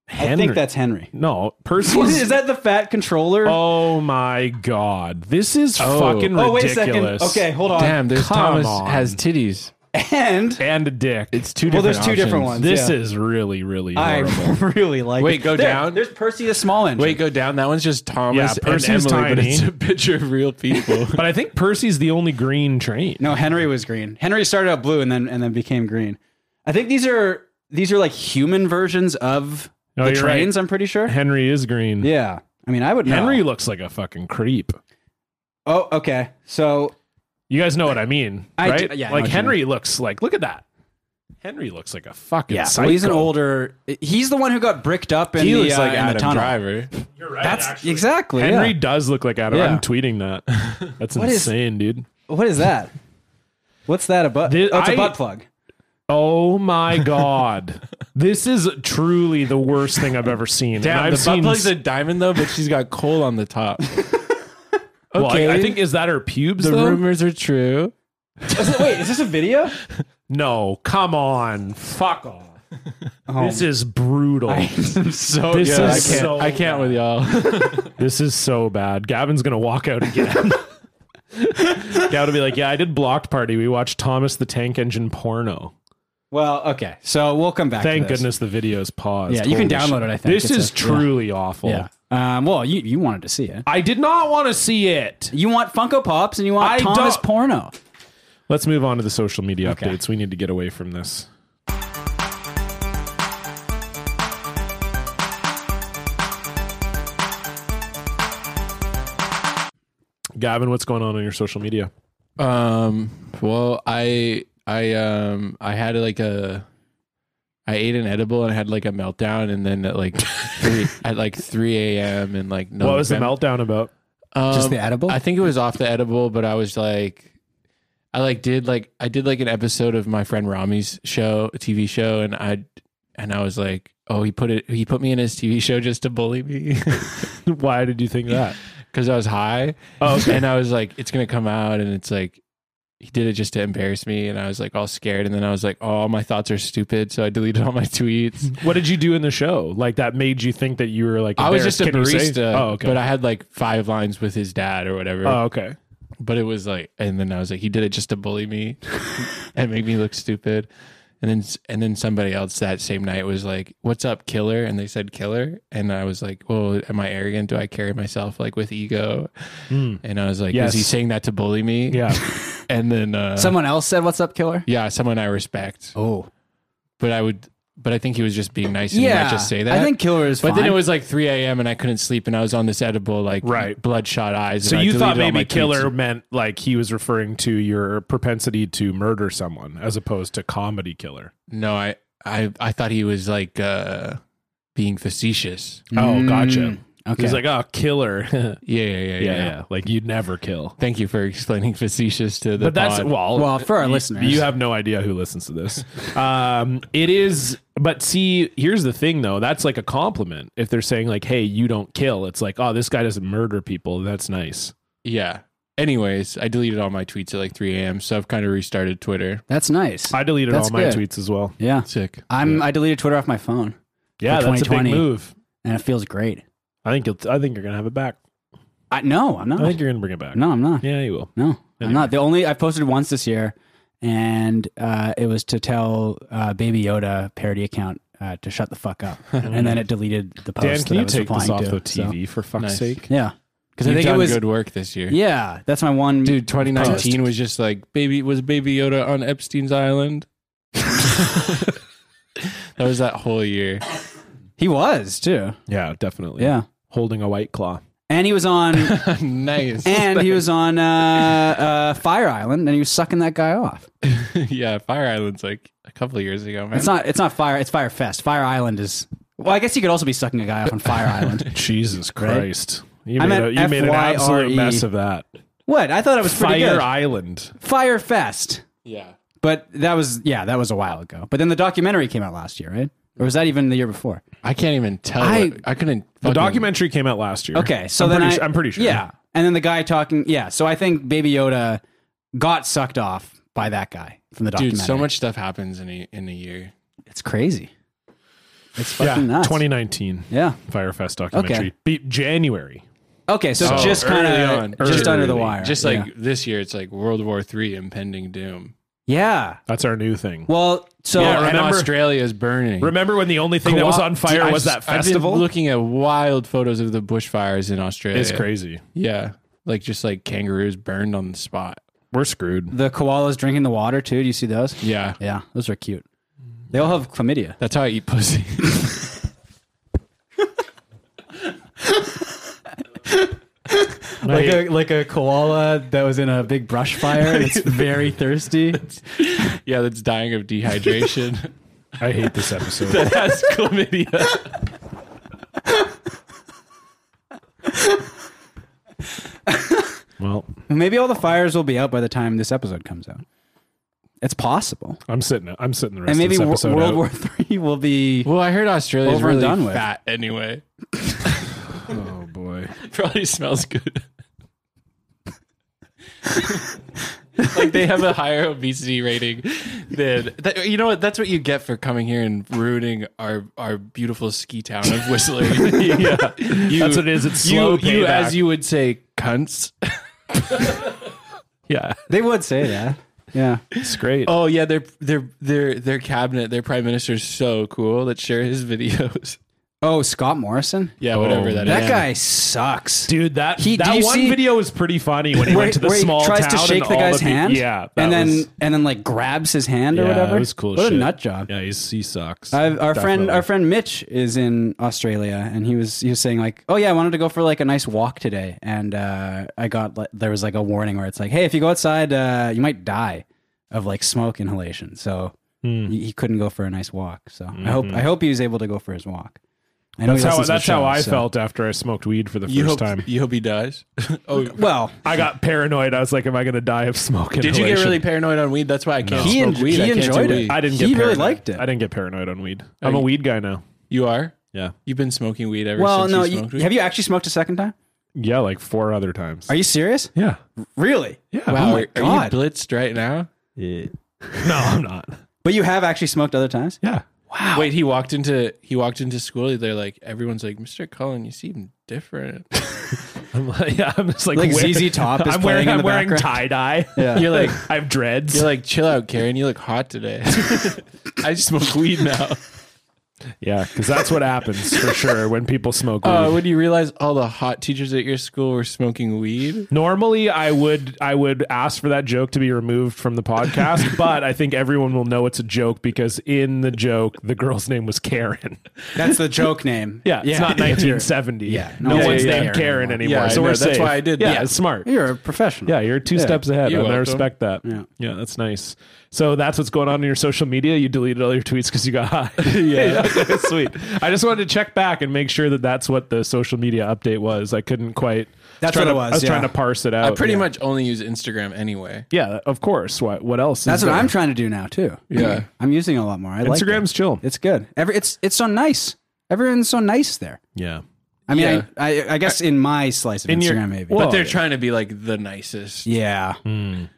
I
Henry.
think that's Henry.
no Percy.
Is that the fat controller?
Oh my god. This is
Oh.
fucking ridiculous.
Oh, wait a second. Okay, hold on.
damn. There's
Come
Thomas
on.
has titties.
And
And a dick.
It's two.
Well,
different
there's two different
options.
ones.
this
yeah.
is really, really
I
horrible.
really like.
Wait,
it.
go
There,
down.
There's Percy, the small engine.
Wait, go down. That one's just Thomas
Yeah,
and
Percy's
Emily, but
tiny.
it's a picture of real people.
But I think Percy's the only green train.
no, Henry was green. Henry started out blue and then and then became green. I think these are these are like human versions of
No,
the
you're right.
trains. I'm pretty sure.
Henry is green.
Yeah, I mean, I would know.
Henry looks like a fucking creep.
Oh, okay. So
You guys know what I mean,
I
right?
do- yeah, I know
like
what you
Henry looks like. Look at that. Henry looks like a fucking.
yeah,
psycho.
well, he's an older. He's the one who got bricked up in
he
the
looks
uh,
like
in the
Adam
tunnel.
Driver.
You're right,
That's
actually.
exactly
Henry
yeah.
does look like Adam.
Yeah.
I'm tweeting that. That's
What is-
insane, dude.
What is that? What's that a butt?
Did
oh, it's a
I-
butt plug.
Oh my god, this is truly the worst thing I've ever seen. And
Damn,
I've
the butt
seen
plug's a diamond though, but she's got coal on the top.
Well, I- I,
Okay.
think is that her pubes
the
though?
rumors are true.
Is it- wait, is this a video?
No, come on, fuck off.
Oh,
This is brutal.
I'm so
This
Yeah, I can't.
is so
I can't with y'all.
This is so bad. Gavin's gonna walk out again. Gavin will be like, "Yeah, I did blocked party. We watched Thomas the Tank Engine porno.
well. Okay, so we'll come back. to
Thank
this.
goodness the video's paused.
Yeah, you can
Holy
download
shit.
it, I think.
this
It's
is
a-
truly awful.
Yeah. Um, well, you you wanted to see it.
I did not want to see it.
You want Funko Pops and you want
I
Thomas
don't-
porno.
Let's move on to the social media
Okay.
updates. We need to get away from this. Gavin, what's going on on your social media?
Um. Well, I I um I had like a I ate an edible and I had like a meltdown, and then at like three at like three a.m. and like no. um,
What was the meltdown about? Um,
Just the edible?
I think it was off the edible, but I was like. I like did like I did like an episode of my friend Rami's show, TV show, and I and I was like, oh, he put it, he put me in his TV show just to bully me.
Why did you think that?
because I was high.
Oh,
And I was like, it's gonna come out, and it's like he did it just to embarrass me, and I was like all scared, and then I was like, oh, my thoughts are stupid, so I deleted all my tweets.
What did you do in the show? Like that made you think that you were like
I was just a
embarrassed. Can you say-
barista,
Oh, okay.
but I had like five lines with his dad or whatever.
oh, okay.
But it was like, and then I was like, he did it just to bully me and make me look stupid. And then, and then somebody else that same night was like, "What's up, killer?" And they said, "Killer." And I was like, "Well, am I arrogant? Do I carry myself like with ego?"
Mm.
And I was like,
Yes.
"Is he saying that to bully me?"
Yeah.
And then uh,
Someone else said, "What's up, killer?"
Yeah, someone I respect.
Oh,
But I would, but I think he was just being nice and
yeah.
not just say that.
I think killer is.
But
fine.
then it was like 3 a.m. and I couldn't sleep and I was on this edible, like
Right.
bloodshot eyes. and
So
I
you thought
deleted all my
maybe
tweets.
killer meant like he was referring to your propensity to murder someone as opposed to comedy killer.
No, I, I, I thought he was like uh, being facetious.
Oh, gotcha.
Okay.
He's like, oh, killer. yeah,
Yeah, yeah, yeah, yeah.
Like you'd never kill.
Thank you for explaining facetious to the.
But that's
pod.
well,
well, for our
you,
listeners,
you have no idea who listens to this. um, it is, but see, here's the thing though. That's like a compliment. If they're saying like, "Hey, you don't kill," it's like, "Oh, this guy doesn't murder people." That's nice.
yeah. Anyways, I deleted all my tweets at like 3 a.m. So I've kind of restarted Twitter.
that's nice.
I deleted
That's
all my
good.
tweets as well.
yeah,
Sick.
I'm. I deleted Twitter off my phone,
Yeah,
For
that's a big
2020.
move.
and it feels great.
I think you'll, I think you're gonna have it back.
I no, I'm not.
I think you're gonna bring it back.
no, I'm not.
Yeah, you will.
No,
Anyway.
I'm not. The only I posted once this year, and uh, it was to tell uh, Baby Yoda parody account uh, to shut the fuck up, and then it deleted the post.
Dan,
that
can
I
you
was
take this
replying
off
to,
the
so-
TV for fuck's
Nice.
sake?
Yeah, because I
You've
think
done
it was.
good work this year.
Yeah, that's my one.
Dude, 2019 was just like baby was Baby Yoda on Epstein's island. that was that whole year.
he was too.
Yeah, definitely.
Yeah,
holding a white claw.
and he was on,
nice.
and he was on uh, uh, Fire Island, and he was sucking that guy off.
yeah, Fire Island's like a couple of years ago, man.
It's not. It's not fire. It's Fire Fest. Fire Island is. Well, I guess he could also be sucking a guy off on Fire Island.
Jesus Christ. You,
I
made, a,
meant
you made an
FYRE.
absolute mess of that.
what? I thought it was pretty
Fire
E. good.
Island.
Fire Fest.
yeah.
But that was yeah, that was a while ago. But then the documentary came out last year, right? Or was that even the year before?
I can't even tell.
I-
I, I couldn't.
The
fucking-
documentary came out last year.
Okay, so
I'm
then
pretty,
I,
su- I'm pretty sure.
Yeah, and then the guy talking. Yeah, so I think Baby Yoda got sucked off by that guy from the documentary.
Dude, so much stuff happens in a in a year.
It's crazy. It's
Yeah,
fucking nuts.
2019
yeah.
Firefest documentary. Be- January.
Okay, so
So
just kind
early
of
on,
just under the
Oh, early.
wire.
Just like
yeah.
this year, it's like World War Three impending doom.
yeah.
That's our new thing.
Well, so
Yeah,
and
remember-
Australia's burning.
Remember when the only thing that was on fire
Dude, I
was
just-
that
I've been
festival?
looking at wild photos of the bushfires in Australia.
It's crazy.
Yeah. Like just like kangaroos burned on the spot.
We're screwed.
the koalas drinking the water too. Do you see those?
Yeah.
Yeah, those are cute. They all have chlamydia.
That's how I eat pussy.
like a like a koala that was in a big brush fire and it's very thirsty.
yeah, that's dying of dehydration.
I hate this episode.
that's chlamydia.
well,
Maybe all the fires will be out by the time this episode comes out. It's possible,
I'm sitting. I'm sitting the rest
and maybe
of this
Wor-
episode.
World
out.
War Three will be.
Well, I heard Australia's
Over and
really
done with.
fat anyway.
oh boy.
Probably smells good. Like they have a higher obesity rating than that, you know what? That's what you get for coming here and ruining our our beautiful ski town of Whistler. yeah, you,
That's what it is. It's
You,
slow
you,
payback.
as you would say, cunts.
yeah,
They would say that. Yeah.
it's great.
Oh yeah, their their their their cabinet, their prime minister is so cool. That share his videos.
Oh, Scott Morrison.
Yeah, whatever
Oh,
that is.
That guy sucks.
Dude, that
He- do
that
you
one
see-
video was pretty funny when he
Where-
went to the
where he
small
tries
town
to shake
and
the
all
guy's
pe-
hand.
Yeah, that
and then
was-
and then like grabs his hand or
yeah,
whatever.
It was cool.
What
shit.
a nut job.
Yeah, he's, he sucks.
I've, our friend,
Definitely.
our friend Mitch is in Australia, and he was he was saying like, oh yeah, I wanted to go for like a nice walk today, and uh, I got like, there was like a warning where it's like, hey, if you go outside, uh, you might die of like smoke inhalation. So
Hmm.
he, he couldn't go for a nice walk. So I hope I hope he was able to go for his walk. I know
Mm-hmm. That's
he
how
listens to
that's
the
how
show,
I
so-
felt after I smoked weed for the
You
first
hope
time.
you hope he dies. oh,
Well,
I got paranoid. I was like, "Am I going to die of smoke
did you get
inhalation?
really paranoid on weed? That's why I can't
He
smoke
en-
weed.
he
I can't do
enjoyed it.
weed.
I didn't.
He
Get
really
paranoid.
liked it.
I didn't get paranoid on weed. I'm
you-
a weed guy now.
You are.
Yeah,
You've been smoking weed ever
well,
since
no,
you
you,
smoked weed.
have you actually smoked a second time?
yeah, like four other times.
Are you serious?
yeah,
Really?
yeah. Oh
wow,
my
are,
God.
are you blitzed right now?
No, I'm not.
But you have actually smoked other times.
Yeah.
Wait, he walked into he walked into school. They're like everyone's like, Mister Cullen, you seem different.
I'm like, yeah, I'm just like,
Like
wearing-
ZZ Top is
I'm wearing,
playing in
I'm
the
wearing tie
background.
dye.
Yeah.
You're like
I have dreads.
you're like chill out, Karen. You look hot today. I smoke weed now.
yeah, because that's what happens for sure when people smoke weed.
Oh, when you realize all the hot teachers at your school were smoking weed,
Normally, I would I would ask for that joke to be removed from the podcast, but I think everyone will know it's a joke because in the joke, the girl's name was Karen.
That's the joke name.
Yeah, it's not 1970.
Yeah,
no
no
one's
one's
named
Karen
Karen anymore.
anymore. Yeah, I
so we're
know, that's
safe.
why I did
Yeah,
that.
it's smart.
You're a professional.
Yeah, you're two steps ahead.
You're
and I
welcome.
respect that.
Yeah.
yeah, that's nice. So that's what's going on in your social media. You deleted all your tweets because you got high.
Yeah.
sweet. I just wanted to check back and make sure that that's what the social media update was. I couldn't quite.
That's
trying
what it
to-
was,
I was
yeah.
trying to parse it out.
I pretty much only use Instagram anyway.
Yeah, of course. What what else?
That's
is
what
there?
I'm trying to do now too.
Yeah.
I'm using it a lot more. I like it.
Instagram's chill.
It's good. Every it's it's so nice. Everyone's so nice there.
Yeah.
I mean,
Yeah.
I, I I guess in my slice of
In
Instagram
your-
maybe.
well-
But they're
yeah.
trying to be like the nicest.
yeah.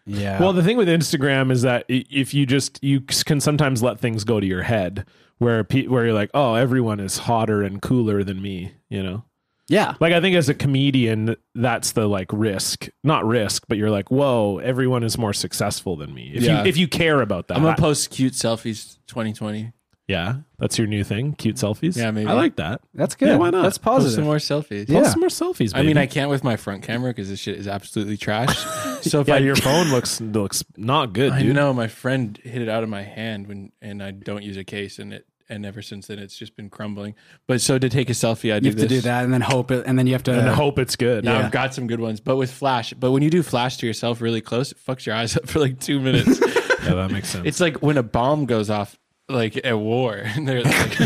Yeah.
Well, the thing with Instagram is that i- if you just you c- can sometimes let things go to your head where pe- where you're like, "Oh, everyone is hotter and cooler than me," you know?
yeah.
Like I think as a comedian, that's the like risk. Not risk, but you're like, "Whoa, everyone is more successful than me." If
Yeah.
you if you care about that.
I'm gonna
I-
post cute selfies 2020.
yeah. That's your new thing, cute selfies.
Yeah, maybe.
I like that.
That's good.
Yeah, why not?
That's
Post some
positive.
more selfies.
Yeah.
Post some more selfies,
I mean,
baby.
I can't with my front camera because this shit is absolutely trash. so if
yeah,
I
your phone looks looks not good,
I
dude.
know my friend hit it out of my hand when, and I don't use a case, and it, and ever since then it's just been crumbling. But so to take a selfie, I
You
do
have
this.
to do that and then hope it and then you have to
And hope it's good.
Now I've got some good ones, but with flash. But when you do flash to yourself really close, it fucks your eyes up for like two minutes.
Yeah, that makes sense.
it's like when a bomb goes off, like at war, and they're like,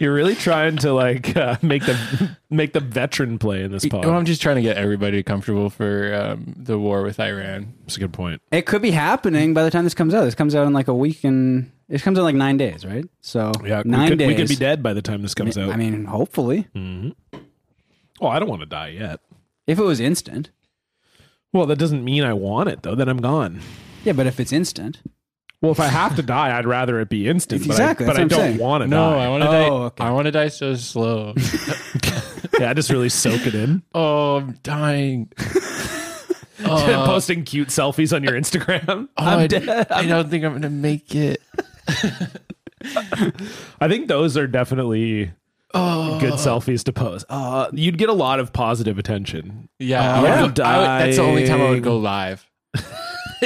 You're really trying to like uh, make the make the veteran play in this pod.
Well, "Oh,
um,
I'm just trying to get everybody comfortable for um, the war with Iran.
That's a good point.
It could be happening by the time this comes out. This comes out in like a week and it comes out in like 9 days, right? So
Yeah,
9
we could,
days.
We could be dead Hmm. by the time this comes out.
I mean, hopefully.
oh, I don't want to die yet.
If it was instant.
Well, that doesn't mean I want it though. Then I'm gone.
Yeah, but if it's instant.
Well, if I have to die, I'd rather it be instant. but I-
Exactly,
But I,
that's what I'm
don't
saying.
want to
No, I
die.
want to
Oh,
die.
okay.
I want to die so slow.
yeah, I just really soak it in.
oh, I'm dying. Uh,
Posting cute selfies on your Instagram.
Oh, I'm I, dead. I don't think I'm gonna make it.
I think those are definitely good selfies to post. Uh, you'd get a lot of positive attention
Yeah, Uh, I would
yeah.
go- I would- that's the only time I
Dying.
would go live.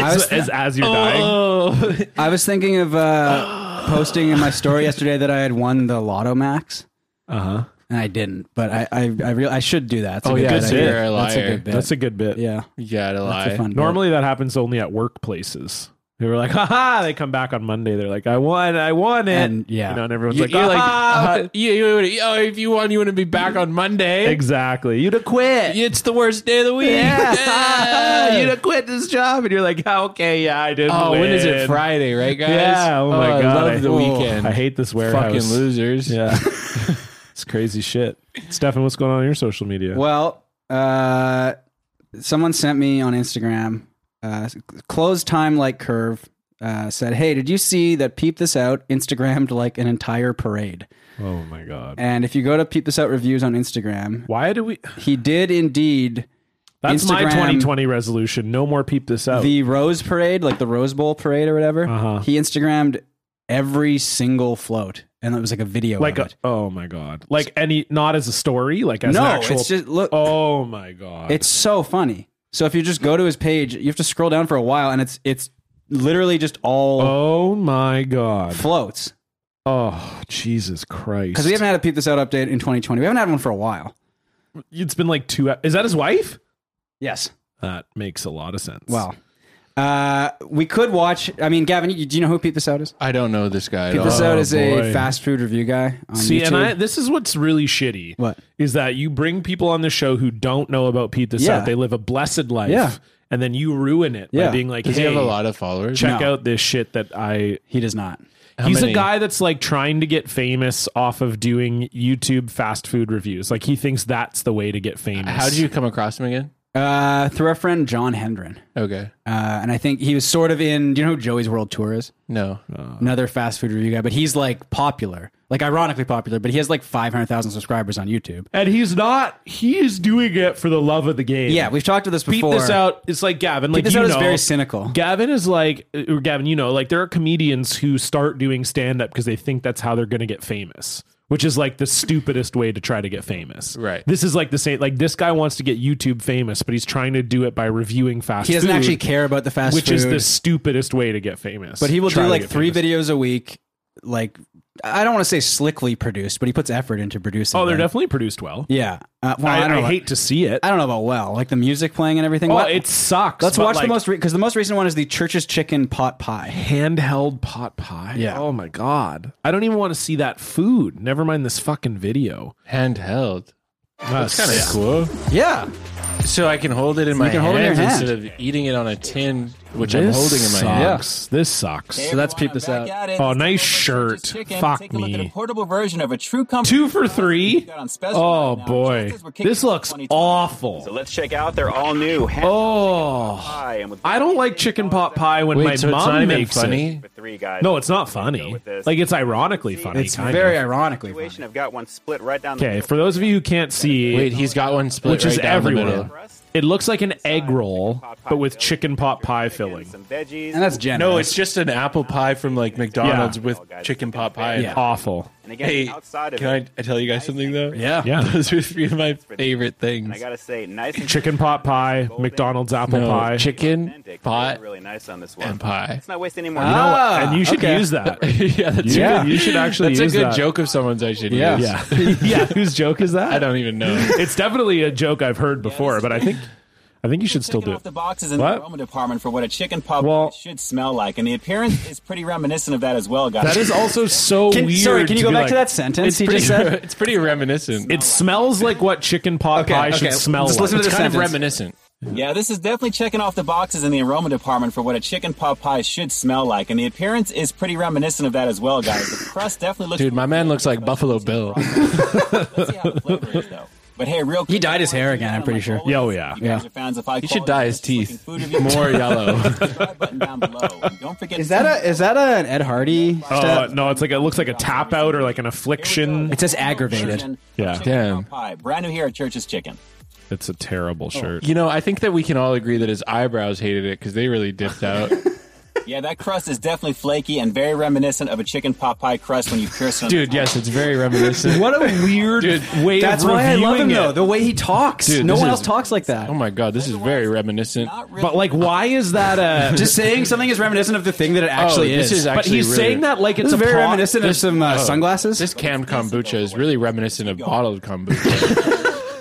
I
as,
was,
as, as
Uh,
you're dying.
Oh,
I was thinking of uh, posting in my story yesterday that I had won the Lotto Max.
Uh huh.
And I didn't, but I I I, real, I should do that. It's a
Oh,
good
yeah,
bit.
so you're
a
That's a
liar.
good bit.
That's a good bit.
yeah,
you gotta lie.
that's a fun. bit.
Normally that happens only at workplaces. They were like, haha, they come back on Monday. They're like, I won, I won it.
And, yeah.
You know, and everyone's
You,
like,
are like,
"Ah."
uh, you, you would- oh, if you want, you want to be back on Monday.
exactly. You'd have quit.
It's the worst day of the week.
Yeah.
Yeah.
You'd have quit this job. And you're like, "Ah, okay, yeah, I did.
oh, when is
win."
it Friday, right, guys?
Yeah. Oh, my
I
God.
love the weekend.
I hate this warehouse.
fucking losers.
Yeah. it's crazy shit. Stefan, what's going on on your social media?
Well, uh, someone sent me on Instagram uh, close time like curve uh, said, "Hey, did you see that? Peep this out." Instagrammed like an entire parade.
Oh my god.
And if you go to Peep this out reviews on Instagram,
Why do we?
he did indeed
That's my
Instagram-
2020 resolution. No more peep this out.
the Rose Parade, like the Rose Bowl Parade or whatever.
Oh. Uh-huh.
He Instagrammed every single float, and it was like a video.
like
of
a,
it.
oh my god. Like any not as a story. Like as
no,
an actual.
it's just look.
oh my god.
It's so funny. So if you just go to his page, you have to scroll down for a while, and it's it's literally just all
oh my god.
floats
Oh Jesus Christ.
because we haven't had a peep this out update in 2020. We haven't had one for a while.
it's been like two. Is that his wife?
Yes.
That makes a lot of sense.
Well, uh, we could watch. I mean, Gavin, you, do you know who Peep this out is?
I don't know this guy at
Peep
all.
this
Oh,
out is a
boy.
fast food review guy on
See,
YouTube.
and I, this is what's really shitty.
What?
is that you bring people on the show who don't know about Pete the
Yeah.
Sut. They live a blessed life.
Yeah.
And then you ruin it
Yeah.
by being like,
Does
hey,
he have a lot of followers?
check
No.
out this shit that I.
He does not.
How
he's
many?
a guy that's like trying to get famous off of doing YouTube fast food reviews. Like he thinks that's the way to get famous.
How did you come across him again?
Uh, through our friend John Hendren,
Okay.
uh, and I think he was sort of in. Do you know who Joey's World Tour is?
No.
Uh.
Another fast food review guy, but he's like popular, like ironically popular, but he has like 500,000 subscribers on YouTube.
And he's not. He's doing it for the love of the game.
Yeah, we've talked to this
Beat
before.
this out. It's like Gavin. Like
Peep this
you
out is
know,
very cynical.
Gavin is like, or Gavin, you know, like there are comedians who start doing stand up because they think that's how they're going to get famous, which is like the stupidest way to try to get famous.
Right.
This is like the same, like this guy wants to get YouTube famous, but he's trying to do it by reviewing fast
He doesn't
food,
actually care about the fast
which
food.
is the stupidest way to get famous.
But he will do like three videos a week. Like, I don't want to say slickly produced, but he puts effort into producing.
Oh, they're
them.
definitely produced well.
Yeah. Uh, well, I,
I,
don't
I
know.
hate to see it.
I don't know about well, like the music playing and everything.
oh,
What-
it sucks.
Let's
but,
watch the
like,
most because the most recent one is the Church's Chicken Pot Pie.
handheld pot pie.
Yeah.
Oh my god. I don't even want to see that food. Never mind this fucking video.
Handheld.
That's
Kind of cool.
Yeah,
So I can hold it in my
can
hands
hold it in your hand.
instead of eating it on a tin, which I'm holding in my hand.
sucks. This sucks.
So that's peep this out.
Oh, nice shirt. Fuck
Take a look at
me.
a portable version of a true company.
Two for three. Oh boy, this looks
So
awful.
Let's check out their all new hand
Oh,
pie Oh, and with
I don't like chicken pot pie when
Wait,
my
so it's
mom
not even
makes
funny.
it.
with three guys.
No, it's not funny. Like it's ironically funny.
it's
kind
very
of.
ironically. funny.
Situation. I've got one split right down the
okay.
middle.
For those of you who can't see,
Wait, he's got one split
which
right
is
down the
everywhere,
middle.
it looks like an egg roll,
Pot pie
but with
filling,
chicken pot pie
chicken,
filling.
Some veggies.
And that's generous.
No, it's just an apple pie from like McDonald's
Yeah.
with chicken pot pie. in it.
Yeah.
Awful.
And again,
Hey,
outside of
can
it,
I, I tell you guys something though?
yeah,
Yeah.
Those are three of my favorite
and I
things.
gotta say, nice and
Chicken pot pie, McDonald's apple
No,
pie.
chicken,
authentic.
pot,
really nice on this one.
and pie.
Let's not waste any more.
You know what?
Ah,
and you should
okay.
use that.
yeah, that's
You
Yeah.
should- you should actually
That's
use
a good
that.
joke of someone's I should
Yeah.
use.
Yeah. yeah. Whose joke is that?
I don't even know.
It's definitely a joke I've heard before, but I think I think you should still
Taking
do
off
it.
Ah, the boxes in
What?
the aroma department for what a chicken pot
Well-
should smell like, and the appearance is pretty reminiscent of that as well, guys.
That is also so
Can,
weird.
sorry, can you go
be
back
like,
to that sentence he just said?
it's pretty reminiscent.
It smells like what chicken pot
Okay,
pie
okay.
should smell
Just
like.
listen to
it's
this
kind of
sentence.
reminiscent.
Yeah, this is definitely checking off the boxes in the aroma department for what a chicken pot pie should smell like, and the appearance is pretty reminiscent of that as well, guys. The crust definitely looks.
Dude, my man looks like Buffalo Bill.
Let's see how the flavor is, though. But hey, real.
He dyed his hair again, I'm pretty sure.
Yeah, oh, yeah.
You guys
Yeah.
are fans of high
He should dye his teeth more yellow.
button down below. And don't forget.
Is that a is that a, an Ed Hardy?
Oh
step?
no, it's like it looks like a tap out or like an affliction.
It says aggravated.
Yeah.
Damn.
Pie, brand new here at Church's Chicken.
It's a
Oh,
terrible shirt.
You know, I think that we can all agree that his eyebrows hated it because they really dipped out.
Yeah, that crust is definitely flaky and very reminiscent of a chicken pot pie crust when you pierce it. on the
Dude,
top.
yes, it's very reminiscent.
What a weird way
That's
of
why I
reviewing
love him
it.
though. The way he talks,
Dude,
no
this
one
is-
else talks like that.
Oh my god, this is very reminiscent.
Not really.
But like why is that a
Just saying something is reminiscent of the thing that it actually
this
is.
is
But
actually
he's
really-
saying that like it's
This
a
is very
plot-
reminiscent of some uh, sunglasses.
This canned kombucha is really reminiscent of bottled kombucha.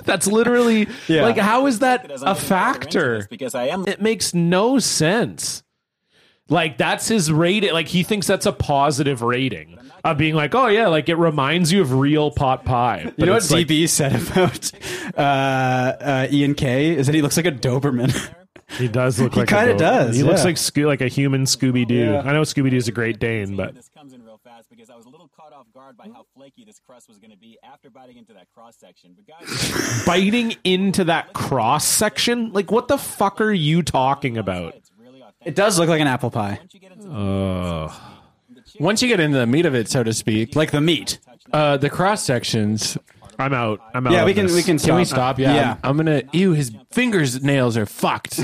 That's literally
Yeah.
like how is that
Because I'm
a
getting further into
factor?
this Because I am.
it makes no sense. Like that's his rating. Like he thinks that's a positive rating of being like, oh yeah, like it reminds you of real pot pie. But
you know what
it's like-
DB said about uh, uh, Ian K is that he looks like a Doberman.
He does look
He
like a
kinda
goat.
does,
He looks
yeah.
like Sco- like a human Scooby Doo.
Yeah.
I know Scooby Doo is a Great Dane, but
This comes in real fast because I was a little caught off guard by how flaky this crust was going to be after biting into that cross section. But guys,
biting into that cross section, like what the fuck are you talking about?
it's really authentic.
It does look like an apple pie,
Once you get
Oh.
into the
Once you get into the meat of it, so to speak,
like the meat.
uh, the cross sections.
I'm out. I'm out.
Yeah,
of
we can
Oh, this.
we can
Can we stop? Yeah,
yeah.
I'm, I'm gonna. Ew, his fingers nails are fucked.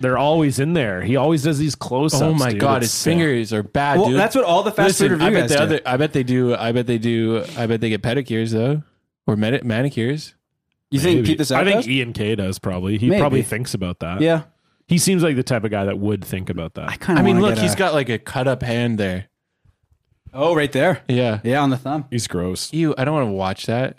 They're always in there. He always does these close ups.
oh my god, his fingers are bad.
Well,
dude.
that's what all the fast
Listen,
food
I
review
bet
guys
the
do.
other. I bet they do. I bet they do. I bet they get pedicures though, or medi- manicures.
you think Pete this out?
I think
does?
Ian K does probably. He
Maybe.
probably thinks about that.
yeah.
He seems like the type of guy that would think about that.
kind
I mean,
wanna
look,
get
he's
a-
got like a cut up hand there.
Oh, right there.
Yeah.
Yeah, on the thumb.
He's gross.
Ew, I don't want to watch that.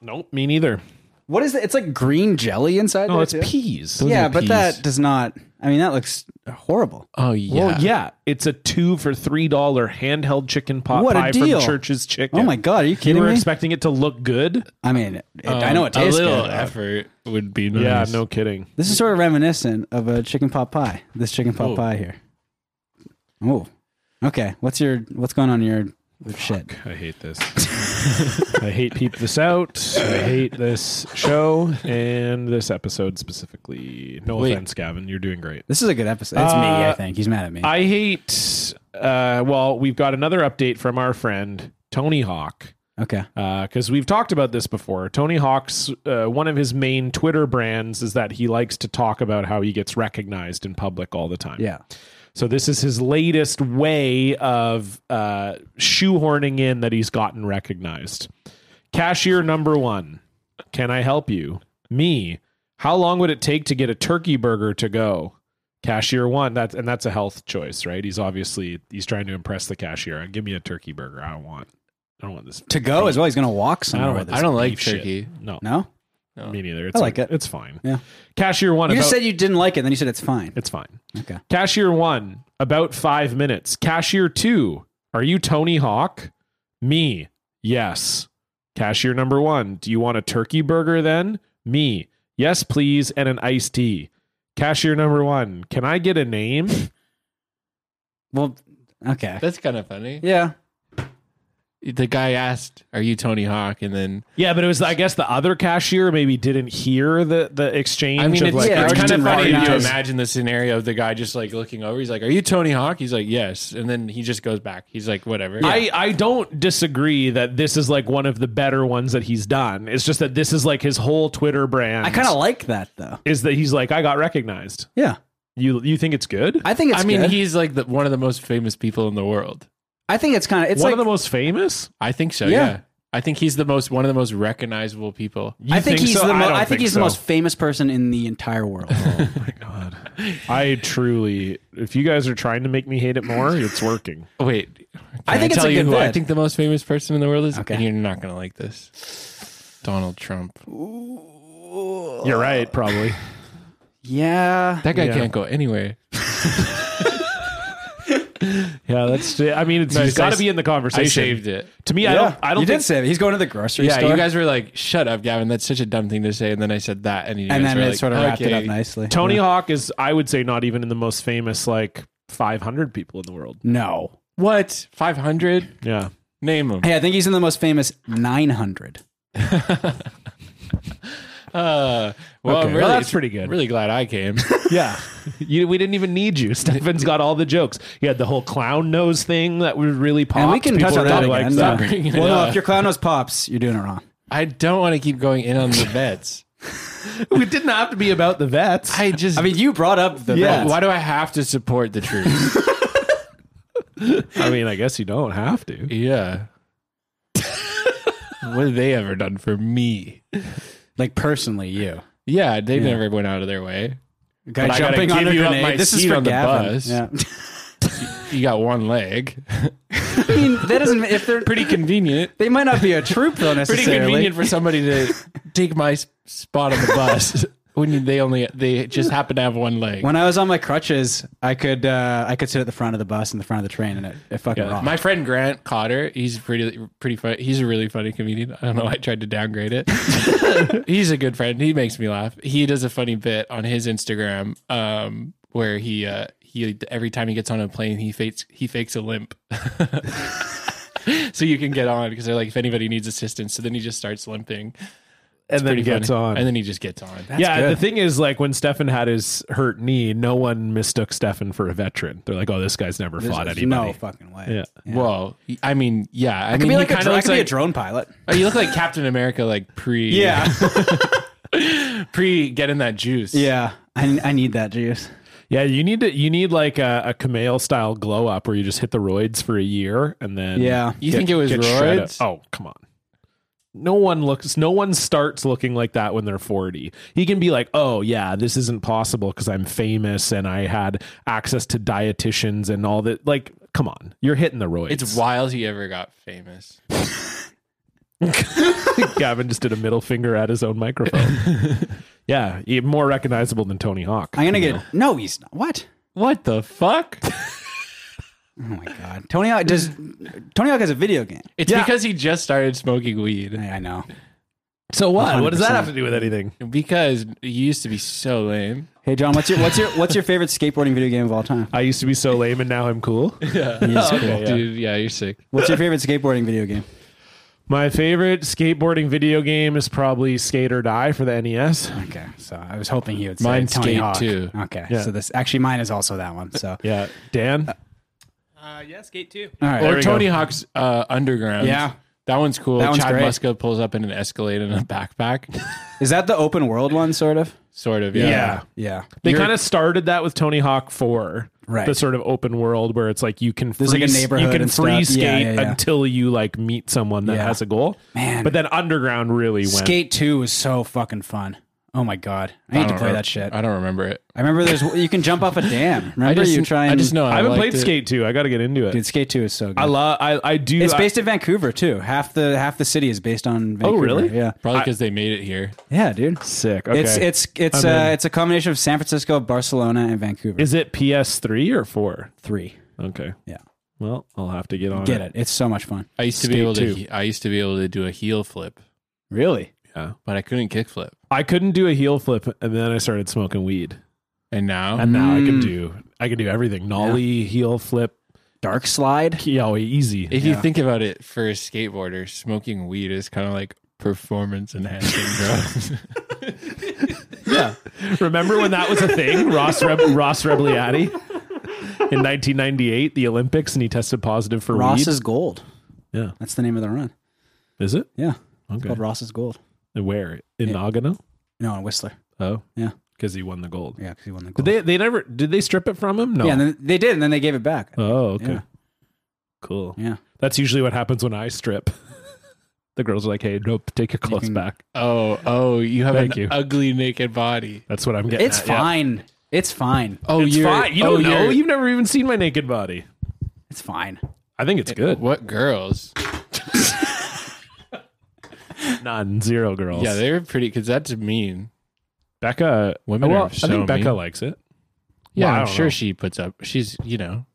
Nope, me neither.
What is it? It's like green jelly inside.
No,
there
it's
too.
peas.
Yeah,
are
but
peas.
that does not. I mean, that looks horrible.
Oh yeah.
Well, yeah, it's a two for three dollar handheld chicken pot
What a
pie
deal.
from Church's Chicken.
Oh my god, are you
You
kidding
were
me?
expecting it to look good?
I mean, it, I know it tastes
Um, a little
good.
effort would be nice.
Yeah, no kidding.
This is sort of reminiscent of a chicken pot pie. This chicken pot
Oh.
pie here. Oh, okay. What's your what's going on in your shit?
I hate this. I hate peep this out. I hate this show and this episode specifically. No
Wait.
offense, Gavin. You're doing great.
This is a good episode. It's me. I
Uh,
think he's mad at me.
I hate. Uh, well, we've got another update from our friend Tony Hawk.
okay.
because we've talked about this before. Tony Hawk's uh, one of his main Twitter brands is that he likes to talk about how he gets recognized in public all the time.
Yeah.
So this is his latest way of uh, shoehorning in that he's gotten recognized. Cashier number one, can I help you? Me, how long would it take to get a turkey burger to go? Cashier one, that's and that's a health choice, right? He's obviously he's trying to impress the cashier. Give me a turkey burger. I don't want, I don't want this
To go as well. He's gonna walk
I
somewhere.
don't,
with
this
this.
I don't like
beef shit.
turkey.
No,
No.
me neither. It's
I like
fine.
it.
It's fine.
Yeah.
Cashier one.
You
about,
just said you didn't like it, then you said it's fine.
it's fine.
Okay.
Cashier one. About five minutes. Cashier two. Are you Tony Hawk? Me. Yes. Cashier number one. Do you want a turkey burger then? Me. Yes, please, and an iced tea. Cashier number one. Can I get a name?
Well, okay.
That's kind of funny.
Yeah.
The guy asked, "Are you Tony Hawk?" And then
Yeah, but it was I guess the other cashier maybe didn't hear the the exchange.
I mean,
of
it's,
like,
yeah,
it's
I
kind of
didn't
funny if you
recognize-
imagine the scenario of the guy just like looking over. He's like, "Are you Tony Hawk?" He's like, "Yes," and then he just goes back. He's like, "Whatever."
I, I don't disagree that this is like one of the better ones that he's done. It's just that this is like his whole Twitter brand.
I kind of like that though.
is that he's like I got recognized.
Yeah.
You you think it's good?
I think it's.
I mean,
good.
he's like the, one of the most famous people in the world.
I think it's kind of. It's
one of
like
the most famous.
I think so.
Yeah.
Yeah. I think he's the most one of the most recognizable people.
You
I think, he's
so?
the. Mo-
don't
I, think, he's
so.
the most famous person in the entire world.
Oh my god! I truly, if you guys are trying to make me hate it more, it's working.
Wait, can I
think it's
tell
a
you
good
who I
vet.
think the most famous person in the world is.
Okay.
And you're not gonna like this. Donald Trump.
You're right, probably.
yeah.
That guy
Yeah.
can't go anywhere.
Yeah, that's. I mean, it's,
No,
he's
I
got to
s-
be in the
I
conversation.
saved it.
To me, I
Yeah.
don't. I don't
You
think
did say that. He's going to the grocery
Yeah,
store.
you guys were like, "Shut up, Gavin. That's such a dumb thing to say." And then I said that, and, you
and
guys
then
were
it
like,
sort of wrapped it up
"Okay."
nicely.
Tony
Yeah.
Hawk is. I would say not even in the most famous like 500 people in the world.
No.
What? Five hundred?
Yeah.
Name them.
Hey, I think he's in the most famous 900.
Uh, well,
Okay.
I'm
Well,
really,
that's pretty good.
Really glad I came.
Yeah. You, we didn't even need you. Stefan's got all the jokes. He had the whole clown nose thing that was really popular.
And we can touch on that again.
that.
Yeah.
bringing it
well, no,
up.
if your clown nose pops, you're doing it wrong.
I don't want to keep going in on the vets.
It didn't have to be about the vets.
I just.
I mean, you brought up the
Yeah.
vets.
why do I have to support the troops?
I mean, I guess you don't have to.
yeah. what have they ever done for me?
like personally, you
Yeah, they never went out of their way.
guy
But I gotta
jumping on
give
a
you up
grenade.
my
this is
seat
for
on the
Gavin.
bus.
Yeah.
You got one leg.
I mean, that doesn't if they're
pretty convenient.
they might not be a troop though
Pretty
necessarily.
convenient for somebody to take my s- spot on the bus. when you- they only they just happen to have one leg.
When I was on my crutches, I could uh, I could sit at the front of the bus and the front of the train, and it, it fucking rocked.
My friend Grant Cotter, he's pretty pretty fun. He's a really funny comedian. I don't know. why I tried to downgrade it. he's a good friend. He makes me laugh. He does a funny bit on his Instagram um, where he uh, he every time he gets on a plane, he fakes he fakes a limp. So you can get on because they're like, if anybody needs assistance, so then he just starts limping.
and then
Pretty
he gets
funny.
on.
and then he just gets on.
yeah, the
good.
thing is, like when Stefan had his hurt knee, no one mistook Stefan for a veteran. They're like, "Oh, this guy's never
There's-
fought
there's
anybody."
No fucking way.
Yeah.
Well, I mean, yeah,
I
I, mean,
could be
he
like a,
kinda
dro- I
looks
could be a
like-
drone pilot.
Oh, you look like Captain America, like pre
Yeah,
pre getting that juice.
yeah. I, I need that juice.
Yeah, you need to you need like a, a Kamel style glow up where you just hit the roids for a year and then
Yeah.
You think it was
get shredded.
roids?
Oh, come on. No one looks no one starts looking like that when they're 40. He can be like, "Oh, yeah, this isn't possible cuz I'm famous and I had access to dietitians and all that." Like, come on. You're hitting the roids.
It's wild he ever got famous.
Gavin just did a middle finger at his own microphone. yeah, he- more recognizable than Tony Hawk.
I'm gonna get no. He's not. What?
What the fuck?
Oh my god. Tony Hawk does. Tony Hawk has a video game.
It's
Yeah.
because he just started smoking weed.
I, I know.
So what? What does that
100%.
have to do with anything?
Because he used to be so lame.
Hey John, what's your what's your what's your favorite skateboarding video game of all time?
I used to be so lame and now I'm cool.
Dude, yeah, you're sick.
What's your favorite skateboarding video game?
My favorite skateboarding video game is probably Skate or Die for the E NES.
Okay, so I was hoping he would say
Mine's
Tony
Skate
Hawk.
too.
Okay,
Yeah.
so this actually mine is also that one. So
Yeah, Dan.
Uh, yeah, skate too.
all right,
There
Or
we
Tony
go.
Hawk's uh, Underground.
Yeah.
That one's cool.
That one's
Chad
great.
Muska pulls up in an Escalade and a backpack.
is that the open world one? Sort of.
sort of, yeah.
Yeah.
They
You're-
kind of started that with Tony Hawk 4.
Right.
The sort of open world where it's like you can
There's,
free,
like, a neighborhood
you can
and
free
stuff.
skate
Yeah, yeah, yeah.
until you like meet someone that
Yeah.
has a goal.
Man.
But then Underground really went.
Skate Two was so fucking fun. Oh my god, I need to
don't
play
re-
that shit.
I don't remember it.
I remember there's you can jump off a dam. Remember
I just,
you try and
I just know.
I haven't
liked
played
it.
Skate 2. I got to get into it.
Dude, Skate Two is so good.
I love I I do
it's
I-
based in Vancouver too. Half the half the city is based on. Vancouver.
Oh, really?
Yeah.
Probably because they made it here.
Yeah, dude.
sick. Okay.
It's it's it's
I'm
uh,
in.
it's a combination of San Francisco, Barcelona, and Vancouver.
is it PS3 or 4?
three.
Okay.
Yeah.
Well, I'll have to get on
Get it? It's so much fun.
I used to
Skate
be able
two.
to. I used to be able to do a heel flip,
Really?
but I couldn't kickflip.
I couldn't do a heel flip and then I started smoking weed.
And now,
And now I can
Mm.
do I can do everything. Nollie, heel flip,
Dark slide.
yo, easy.
if you think about it, for a skateboarder, smoking weed is kind of like performance enhancing drugs.
Remember when that was a thing? Ross Reb- Ross Rebliati in 1998, the Olympics, and he tested positive for
Ross
weed.
is gold.
Yeah.
That's the name of the run.
Is it?
Yeah. It's
Okay.
called Ross is gold.
Where in
Yeah.
Nagano?
No, in Whistler.
Oh,
Yeah.
because he won the gold.
Yeah, because he won the
Did
gold.
they they never did they strip it from him? No.
yeah, and then they did, and then they gave it back.
oh, okay.
Yeah.
Cool.
Yeah.
That's usually what happens when I strip. the girls are like, "Hey, nope, take your clothes
can-
back."
Oh, oh, you have
Thank
an
you.
ugly naked body.
That's what I'm getting.
It's
at, yeah.
fine. It's fine.
Oh,
It's fine. You
oh,
don't know.
you're-
You've never even seen my naked body.
It's fine.
I think it's good.
What girls?
None, zero girls.
Yeah, they were pretty because that's mean.
Becca.
Women
well,
are so
I think Becca
mean.
likes it.
Yeah,
Well, I
I'm
don't
sure
know.
she puts up. She's you know,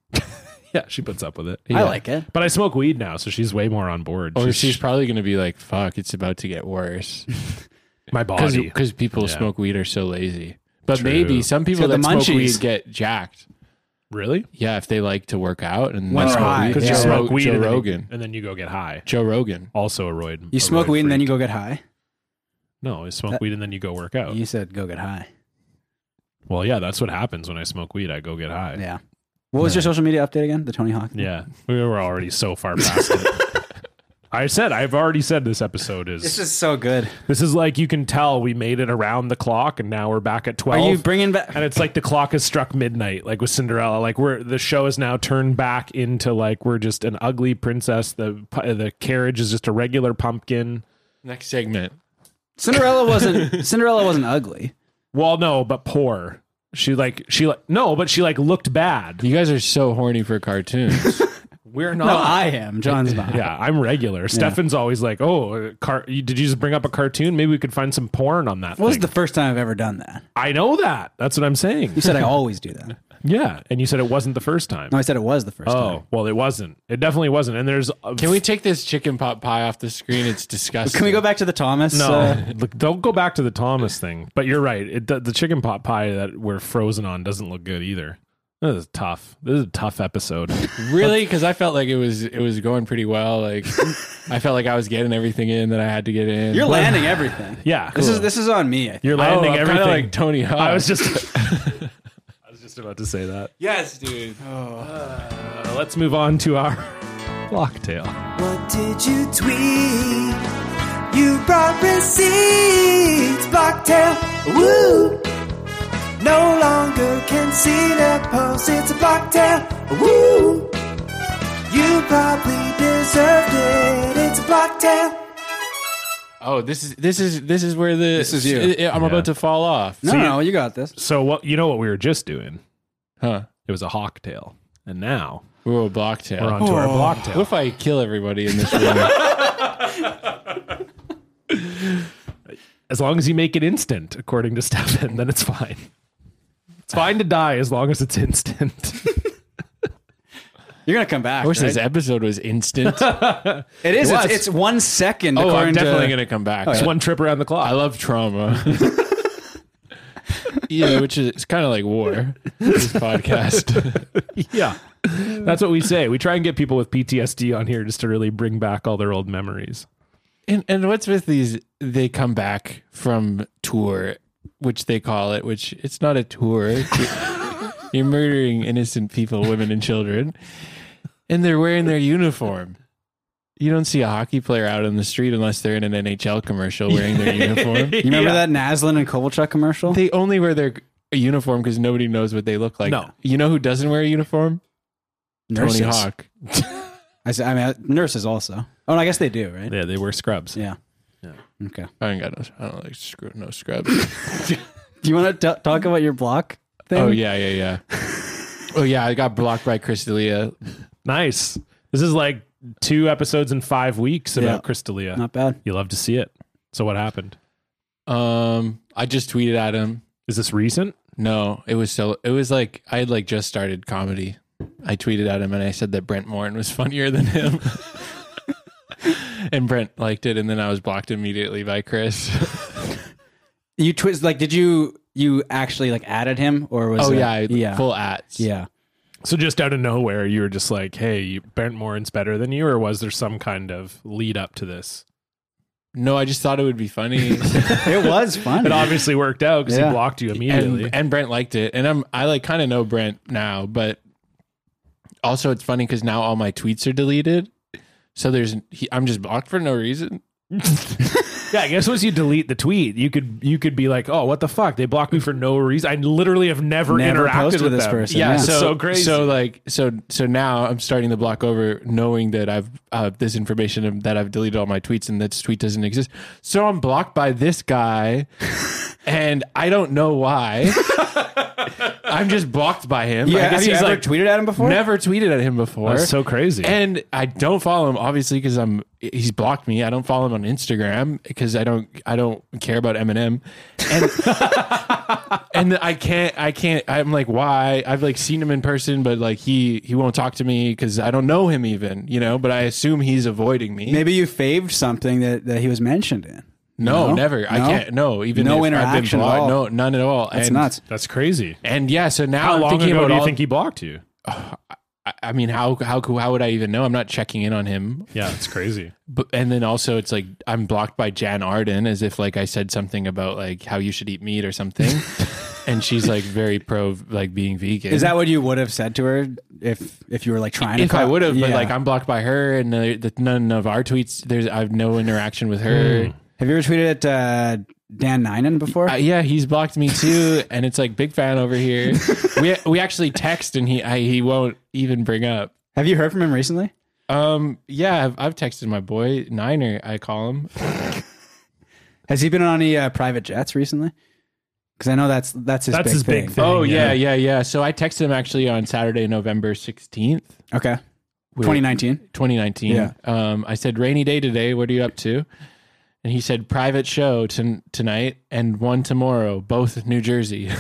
Yeah, she puts up with it.
I
Yeah.
like it.
But I smoke weed now, so she's way more on board.
or Oh, she's probably gonna be like, "Fuck, it's about to get worse."
my body.
Because people
Yeah.
smoke weed are so lazy. But
True.
maybe some people
got
that
the
smoke
munchies.
weed get jacked.
Really? Oh,
Yeah, if they like to work out and
When
they
they're
smoke
high.
weed.
Because
you
Yeah.
Joe-
smoke weed
Joe
and then you-
Rogan.
and then you go get high.
Joe Rogan.
Also a roid.
You
a
smoke
roid
weed and then
freak.
you go get high.
No, I smoke
That-
weed and then you go work out.
You said go get high.
Well, yeah, that's what happens when I smoke weed. I go get high.
Yeah. What was your social media update again? The Tony Hawk.
Yeah. we were already so far past it. I said I've already said this episode is
This is so good.
this is like you can tell we made it around the clock and now we're back at
Are
twelve.
you bringing back?
and it's like the clock has struck midnight like with cinderella like we're the show is now turned back into like we're just an ugly princess the pu- the carriage is just a regular pumpkin
Next segment.
Cinderella wasn't Cinderella wasn't ugly.
well no but poor she like she like no but she like looked bad
You guys are so horny for cartoons.
We're
No, I am. John's not.
Yeah, I'm regular. Stefan's always like, "Oh, car- you- did you just bring up a cartoon? Maybe we could find some porn on that."
Well, this is
thing."
the first time I've ever done that.
I know that. That's what I'm saying.
You said I always do that.
yeah, and you said it wasn't the first time.
No, I said it was the first time.
oh, well, it wasn't. It definitely wasn't. And there's
Can we take this chicken pot pie off the screen? It's disgusting.
Can we go back to the Thomas?
No,
uh,
look, don't go back to the Thomas thing. But you're right. It, the, the chicken pot pie that we're frozen on doesn't look good either. This is tough. This is a tough episode.
Really? Because I felt like it was it was going pretty well. Like I felt like I was getting everything in that I had to get in.
you're landing everything.
yeah,
This is
cool.
this is on me. I think.
You're
Oh,
landing
I'm kinda
everything.
like Tony Hawk.
I was just. I was just about to say that.
yes, dude.
Uh, let's move on to our locktail.
What did you tweet? You brought receipts, Blocktail. Woo! No longer can see the post. It's a Blocktail. Woo! You probably deserved it. It's a Blocktail.
Oh, this is this is this is where the this
is you.
I'm
Yeah.
about to fall off.
No, no, no, you got this.
So what you know what we were just doing?
Huh?
It was a hawk tail, and now
We were a block tail.
we're onto our block
What
tail.
if I kill everybody in this room?
As long as you make it instant, according to Stefan, then it's fine. It's fine to die as long as it's instant.
You're gonna come back.
I wish
right?
this episode was instant. oh,
it is.
was.
It's, it's one second.
I'm
according
definitely
to,
gonna come back.
It's one trip around the
I
clock.
love trauma. yeah, which is it's kind of like war. This podcast.
yeah, that's what we say. We try and get people with PTSD on here just to really bring back all their old memories.
and and what's with these? They come back from tour, which they call it. Which it's not a tour. You're murdering innocent people, women and children, and they're wearing their uniform. You don't see a hockey player out on the street unless they're in an NHL commercial wearing their uniform.
You remember that Naslin and Kovalchuk commercial?
They only wear their uniform because nobody knows what they look like.
No.
You know who doesn't wear a uniform?
Nurses.
Tony Hawk.
I, said- I mean, I- nurses also. Oh, and I guess they do, right?
Yeah, they wear scrubs.
Yeah. Okay.
I ain't got no, I don't like screw, no scrubs.
Do you want to talk about your block thing?
oh, yeah, yeah, yeah. oh, yeah, I got blocked by Crystalia.
Nice. This is like two episodes in five weeks about
Yeah.
Crystalia.
Not bad.
You love to see it. So what happened?
Um, I just tweeted at him.
Is this recent?
No, it was so, it was like, I had like just started comedy. I tweeted at him and I said that Brent Morin was funnier than him. and Brent liked it. And then I was blocked immediately by Chris.
You twist like did you you actually like added him or was
oh,
it-
yeah, I-
yeah
Full ats.
yeah
So just out of nowhere, you were just like, "Hey, you- Brent Morin's better than you," or was there some kind of lead up to this?
No, I just thought it would be funny.
it was fun.
It obviously worked out because
Yeah.
he blocked you immediately.
and, and Brent liked it, and I'm I like kind of know Brent now, but also it's funny because now all my tweets are deleted, so there's he, I'm just blocked for no reason.
yeah, I guess once you delete the tweet, you could you could be like, "Oh, what the fuck? They blocked me for no reason. I literally have never,
Never
interacted
posted
with
with this
them."
person.
Yeah,
Yeah.
it's so,
so
crazy.
So like so so now I'm starting the block over, knowing that I've uh, this information of- that I've deleted all my tweets and that tweet doesn't exist. So I'm blocked by this guy, and I don't know why. I'm just blocked by him.
yeah.
I guess
Have you
he's
ever
like
tweeted at him before?
never tweeted at him before.
That's so crazy.
And I don't follow him obviously because I'm he's blocked me. I don't follow him on Instagram because I don't I don't care about Eminem. And and I can't I can't I'm like why I've like seen him in person but like he he won't talk to me because I don't know him even you know but I assume he's avoiding me.
Maybe you faved something that that he was mentioned in.
no,
No?
never. I
No?
can't. No, even
No
if I've been
interaction at
blocked,
all.
No, none at all.
That's
and,
nuts.
That's crazy.
And yeah, so now
How
I'm
long
thinking
ago
about
do you
all-
think he blocked you?
I- I mean, how how how would I even know? I'm not checking in on him
Yeah, it's crazy.
but and then also it's like I'm blocked by Jan Arden as if like I said something about like how you should eat meat or something, and she's like very pro like being vegan.
Is that what you would have said to her if if you were like trying
if
to?
I would have? But
Yeah.
like I'm blocked by her, and uh, the, none of our tweets. There's I've no interaction with her.
have you ever tweeted at uh, Dan Ninen before?
Uh, yeah, he's blocked me too, and it's like big fan over here. we we actually text, and he I, he won't even bring up.
have you heard from him recently?
Um, yeah, I've, I've texted my boy Niner. I call him.
Has he been on any uh, private jets recently? Because I know that's that's his
That's
big
his
thing.
big thing.
Oh yeah, yeah, yeah. So I texted him actually on Saturday, November sixteenth.
Okay.
we were-
2019.
2019.
Yeah.
Um, I said, rainy day today. What are you up to? And he said, private show ton tonight and one tomorrow, both New Jersey.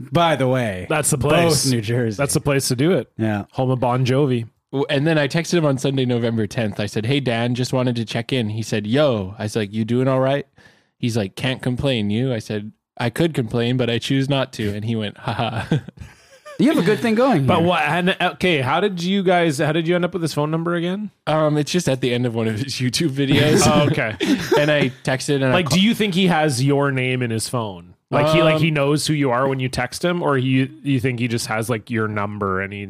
By the way,
That's the place.
Both New Jersey.
That's the place to do it.
yeah.
Home of Bon Jovi.
and then I texted him on Sunday, November 10th. I said, hey, Dan, just wanted to check in. He said, yo. I was like, you doing all right? He's like, can't complain, you. I said, I could complain, but I choose not to. And he went, haha.
You have a good thing going.
But
here.
what? And okay, how did you guys? How did you end up with his phone number again?
um, it's just at the end of one of his YouTube videos.
Oh, okay.
and I texted and I
like, do you think he has your name in his phone? Like he like he knows who you are when you text him, or you you think he just has like your number and he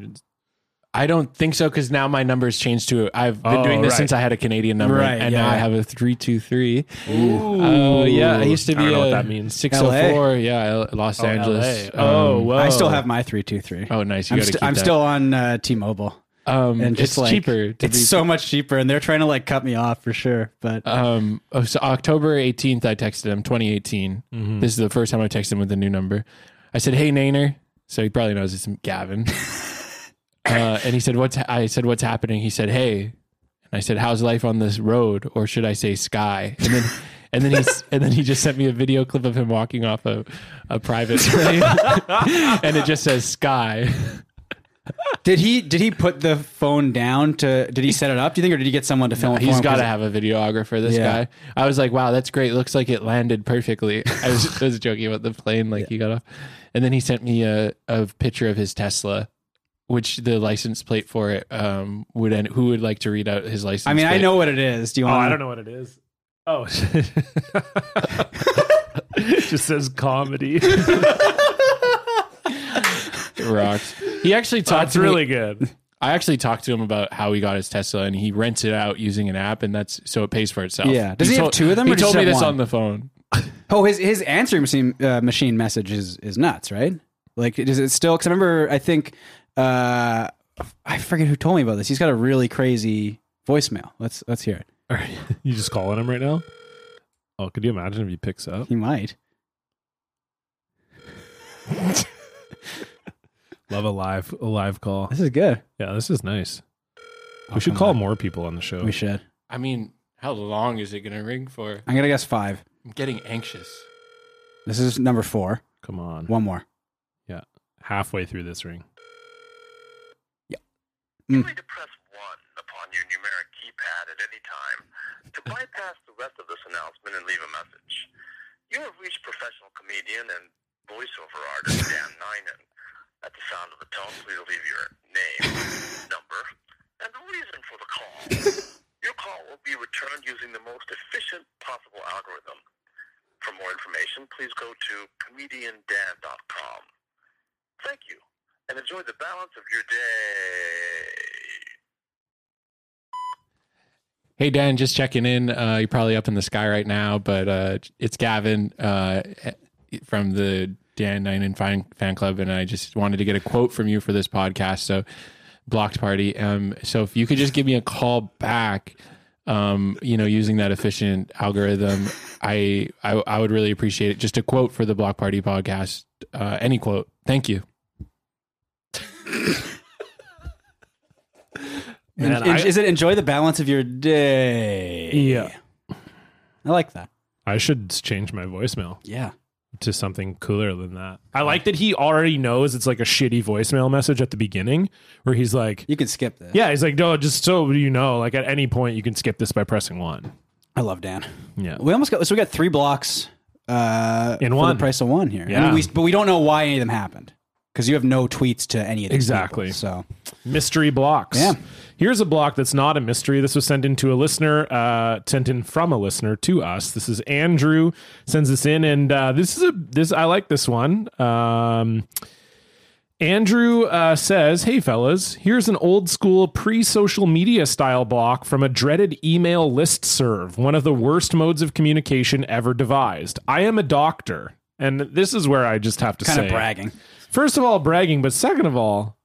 I don't think so because now my number's changed to I've been
Oh,
doing this
right.
since I had a Canadian number
Right,
and
yeah,
now I
yeah.
have a three two three. Oh yeah, I used to be
I don't know
a
what that means.
six oh four. Yeah, I- Los Angeles.
LA. Oh,
Um,
whoa.
I still have my three two three.
oh nice. You
I'm,
gotta
st-
keep
I'm
that.
still on uh, T-Mobile,
um,
and just
it's
like
cheaper. To
it's
be,
so much cheaper, and they're trying to like cut me off for sure. But
um, oh, so October eighteenth, I texted him. Twenty This is the first time I texted him with a new number. I said, "Hey Nainer," so he probably knows it's Gavin. uh, and he said, "What's?" ha- I said, "What's happening?" He said, "Hey," and I said, "How's life on this road, or should I say sky?" And then. And then he s- and then he just sent me a video clip of him walking off a, a private plane, and it just says sky.
did he did he put the phone down to? Did he set it up? Do you think, or did he get someone to film? it for
He's
him?
got
'Cause
to have a videographer. This
Yeah.
guy. I was like, wow, that's great. Looks like it landed perfectly. I was, I was joking about the plane, like he got off, and then he sent me a, a picture of his Tesla, which the license plate for it um, would end. Who would like to read out his license?
I mean, I
plate?
know what it is. Do you
Oh,
want?
I don't know what it is. Oh, shit. It just says comedy.
It rocks. He actually talked.
That's
to me-
really good.
I actually talked to him about how he got his Tesla, and he rents it out using an app, and that's so it pays for itself.
Yeah. Does he have
told-
two of them,
He
or does he
told me
have
this
one?
on the phone.
Oh, his his answering machine uh, machine message is is nuts, right? Like, is it still? Because I remember, I think, uh, I forget who told me about this. He's got a really crazy voicemail. Let's let's hear it.
All right. You just calling him right now? Oh, could you imagine if he picks up?
He might.
Love a live a live call.
This is good.
Yeah, this is nice. We should call more people on the show.
We should.
I mean, how long is it going to ring for?
I'm gonna guess five.
I'm getting anxious.
This is number four.
Come on.
One more.
Halfway through this ring.
Feel free to press 1 upon your numeric keypad at any time to bypass the rest of this announcement and leave a message. You have reached professional comedian and voiceover artist Dan Ninen. At the sound of the tone, please leave your name, number, and the reason for the call. Your call will be returned using the most efficient possible algorithm. For more information, please go to comediandan.com. Thank you, and enjoy the balance of your day.
Hey Dan, just checking in. Uh, you're probably up in the sky right now, but uh, it's Gavin uh, from the Dan Nine and fan, fan Club, and I just wanted to get a quote from you for this podcast. So, blocked party. Um, so if you could just give me a call back, um, you know, using that efficient algorithm, I, I I would really appreciate it. Just a quote for the block party podcast. Uh, any quote. Thank you.
Man,
En-
I-
is it enjoy the balance of your day?
Yeah.
I like that.
I should change my voicemail
Yeah.
to something cooler than that. I like that he already knows it's like a shitty voicemail message at the beginning where he's like,
You could skip this.
Yeah, he's like, no, just so you know, like at any point you can skip this by pressing one.
I love Dan.
Yeah.
We almost got so we got three blocks uh
In
for
one.
the price of one here. I mean,
Yeah.
we, but we don't know why any of them happened. Because you have no tweets to any of these
Exactly.
people, so
Mystery blocks.
Yeah.
Here's a block that's not a mystery. This was sent in to a listener, uh, sent in from a listener to us. This is Andrew sends this in, and uh, this is a this I like this one. Um, Andrew uh, says, "Hey fellas, here's an old school pre-social media style block from a dreaded email list serve, one of the worst modes of communication ever devised. I am a doctor, and this is where I just have to
kind
say,
of bragging.
First of all, bragging, but second of all,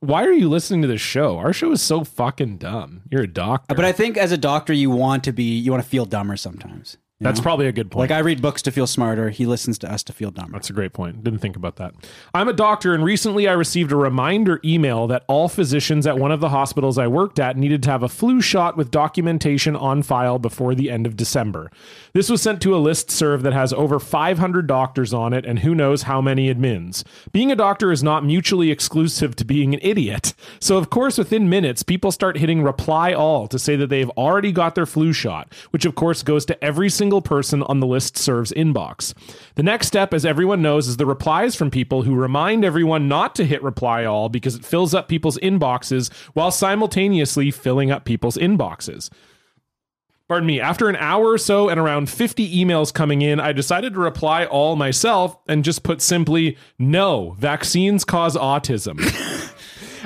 why are you listening to this show? Our show is so fucking dumb. You're a doctor.
But I think as a doctor, you want to be, you want to feel dumber sometimes. you
That's
know?
probably a good point.
like I read books to feel smarter. He listens to us to feel dumber.
That's a great point. Didn't think about that. I'm a doctor, and recently I received a reminder email that all physicians at one of the hospitals I worked at needed to have a flu shot with documentation on file before the end of December. This was sent to a list serve that has over 500 doctors on it and who knows how many admins. Being a doctor is not mutually exclusive to being an idiot. So, of course, within minutes, people start hitting reply all to say that they've already got their flu shot, which of course goes to every single person on the list serves inbox. The next step, as everyone knows, is the replies from people who remind everyone not to hit reply all because it fills up people's inboxes while simultaneously filling up people's inboxes. Pardon me. After an hour or so and around 50 emails coming in, I decided to reply all myself and just put simply, no, vaccines cause autism.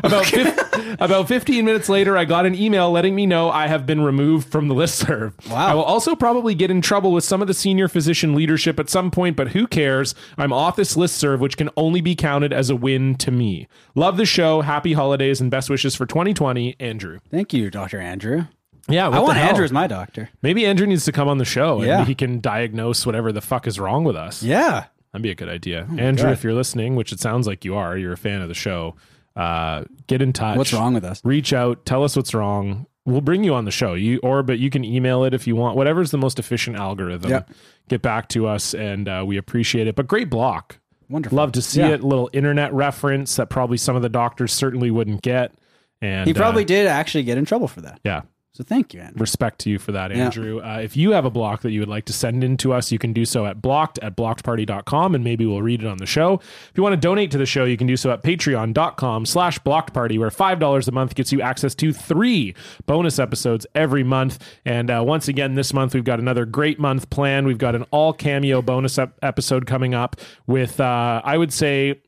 about, fif- about 15 minutes later, I got an email letting me know I have been removed from the listserv. Wow. I will also probably get in trouble with some of the senior physician leadership at some point, but who cares? I'm off this listserv, which can only be counted as a win to me. Love the show. Happy holidays and best wishes for 2020, Andrew.
Thank you, Doctor Andrew.
Yeah,
I want Andrew as my doctor.
Maybe Andrew needs to come on the show and
Yeah.
he can diagnose whatever the fuck is wrong with us.
Yeah,
That'd be a good
Oh
idea. Andrew, if you're listening, which it sounds like you are, you're a fan of the show, uh, get in touch.
what's wrong with us?
Reach out, tell us what's wrong. We'll bring you on the show. You or but you can email it if you want. Whatever's the most efficient algorithm.
Yep.
Get back to us and uh, we appreciate it. But great block.
Wonderful.
Love to see
Yeah.
it. Little internet reference that probably some of the doctors certainly wouldn't get. And
He probably
uh,
did actually get in trouble for that.
yeah,
So thank you, Andrew.
respect to you for that,
Yeah.
Andrew. Uh, if you have a block that you would like to send in to us, you can do so at blocked at blockedparty.com and maybe we'll read it on the show. If you want to donate to the show, you can do so at patreon.com slash blockedparty, where $5 a month gets you access to three bonus episodes every month. And uh, once again, this month, we've got another great month planned. We've got an all cameo bonus ep- episode coming up with, uh, I would say,